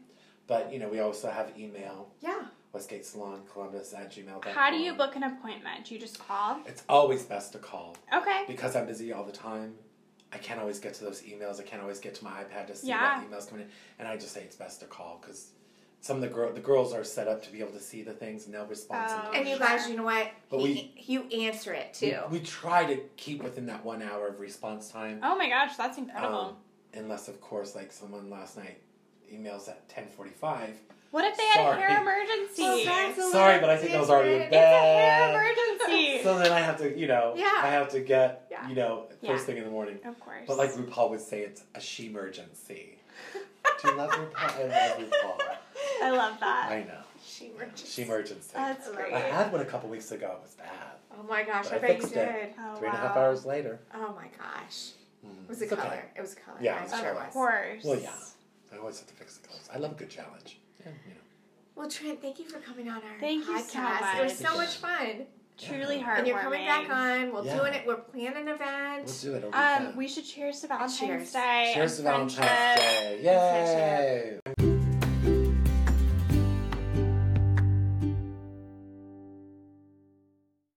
S3: But you know, we also have email
S1: Yeah.
S3: Westgate Salon Columbus at gmail.
S2: How do you book an appointment? Do you just call?
S3: It's always best to call
S2: Okay.
S3: because I'm busy all the time. I can't always get to those emails. I can't always get to my iPad to see
S2: Yeah.
S3: what emails coming in, and I just say it's best to call because some of the girl the girls are set up to be able to see the things and they'll respond.
S2: Oh.
S3: sometimes.
S1: And you guys, you know what?
S3: But we-
S1: you answer it
S3: We-
S1: too.
S3: We, try to keep within that one hour of response time.
S2: Oh my gosh, that's incredible.
S3: Um, unless, of course, like someone last night emails at ten forty-five.
S2: what if they had a hair
S3: sorry.
S2: emergency?
S1: Well, that's a little
S3: Sorry, but I think I was already in
S1: different.
S2: it's a hair
S3: bed.
S2: emergency.
S3: *laughs* So then I have to, you know,
S1: Yeah.
S3: I have to get,
S1: Yeah.
S3: you know, first
S2: Yeah.
S3: thing in the morning.
S2: of course.
S3: But like RuPaul would say, it's a she emergency. Do you love RuPaul? I love RuPaul.
S2: I love that.
S3: I know.
S1: *laughs* She merges.
S3: She emergency.
S2: That's
S1: I love
S2: great.
S3: I had one a couple weeks ago. It was bad.
S1: Oh my gosh,
S3: But
S1: I,
S3: I
S1: bet you
S3: fixed
S1: did.
S3: it.
S2: Oh,
S3: Three and a half
S2: wow.
S3: hours later.
S1: Oh my gosh.
S3: Mm.
S1: It was a
S3: It's okay.
S1: color. It was a color.
S3: Yeah,
S1: I'm
S3: it's a
S1: sure it
S3: color.
S2: Of
S1: was.
S2: course.
S3: Well, yeah. I always have to fix the clothes. I love a good challenge. Yeah, you know.
S1: Well, Trent, thank you for coming on our
S2: Thank you
S1: podcast.
S2: so
S1: It was
S3: much.
S1: so much fun.
S2: Truly
S3: Yeah.
S2: heartwarming.
S1: And you're coming back on. We're
S3: Yeah.
S1: doing it. We're planning an event.
S3: We'll do it. Over
S2: Um, we should cheers to Valentine's
S1: Cheers.
S2: Day.
S3: Cheers to
S2: and
S3: Valentine's
S2: friendship.
S3: Day! Yay!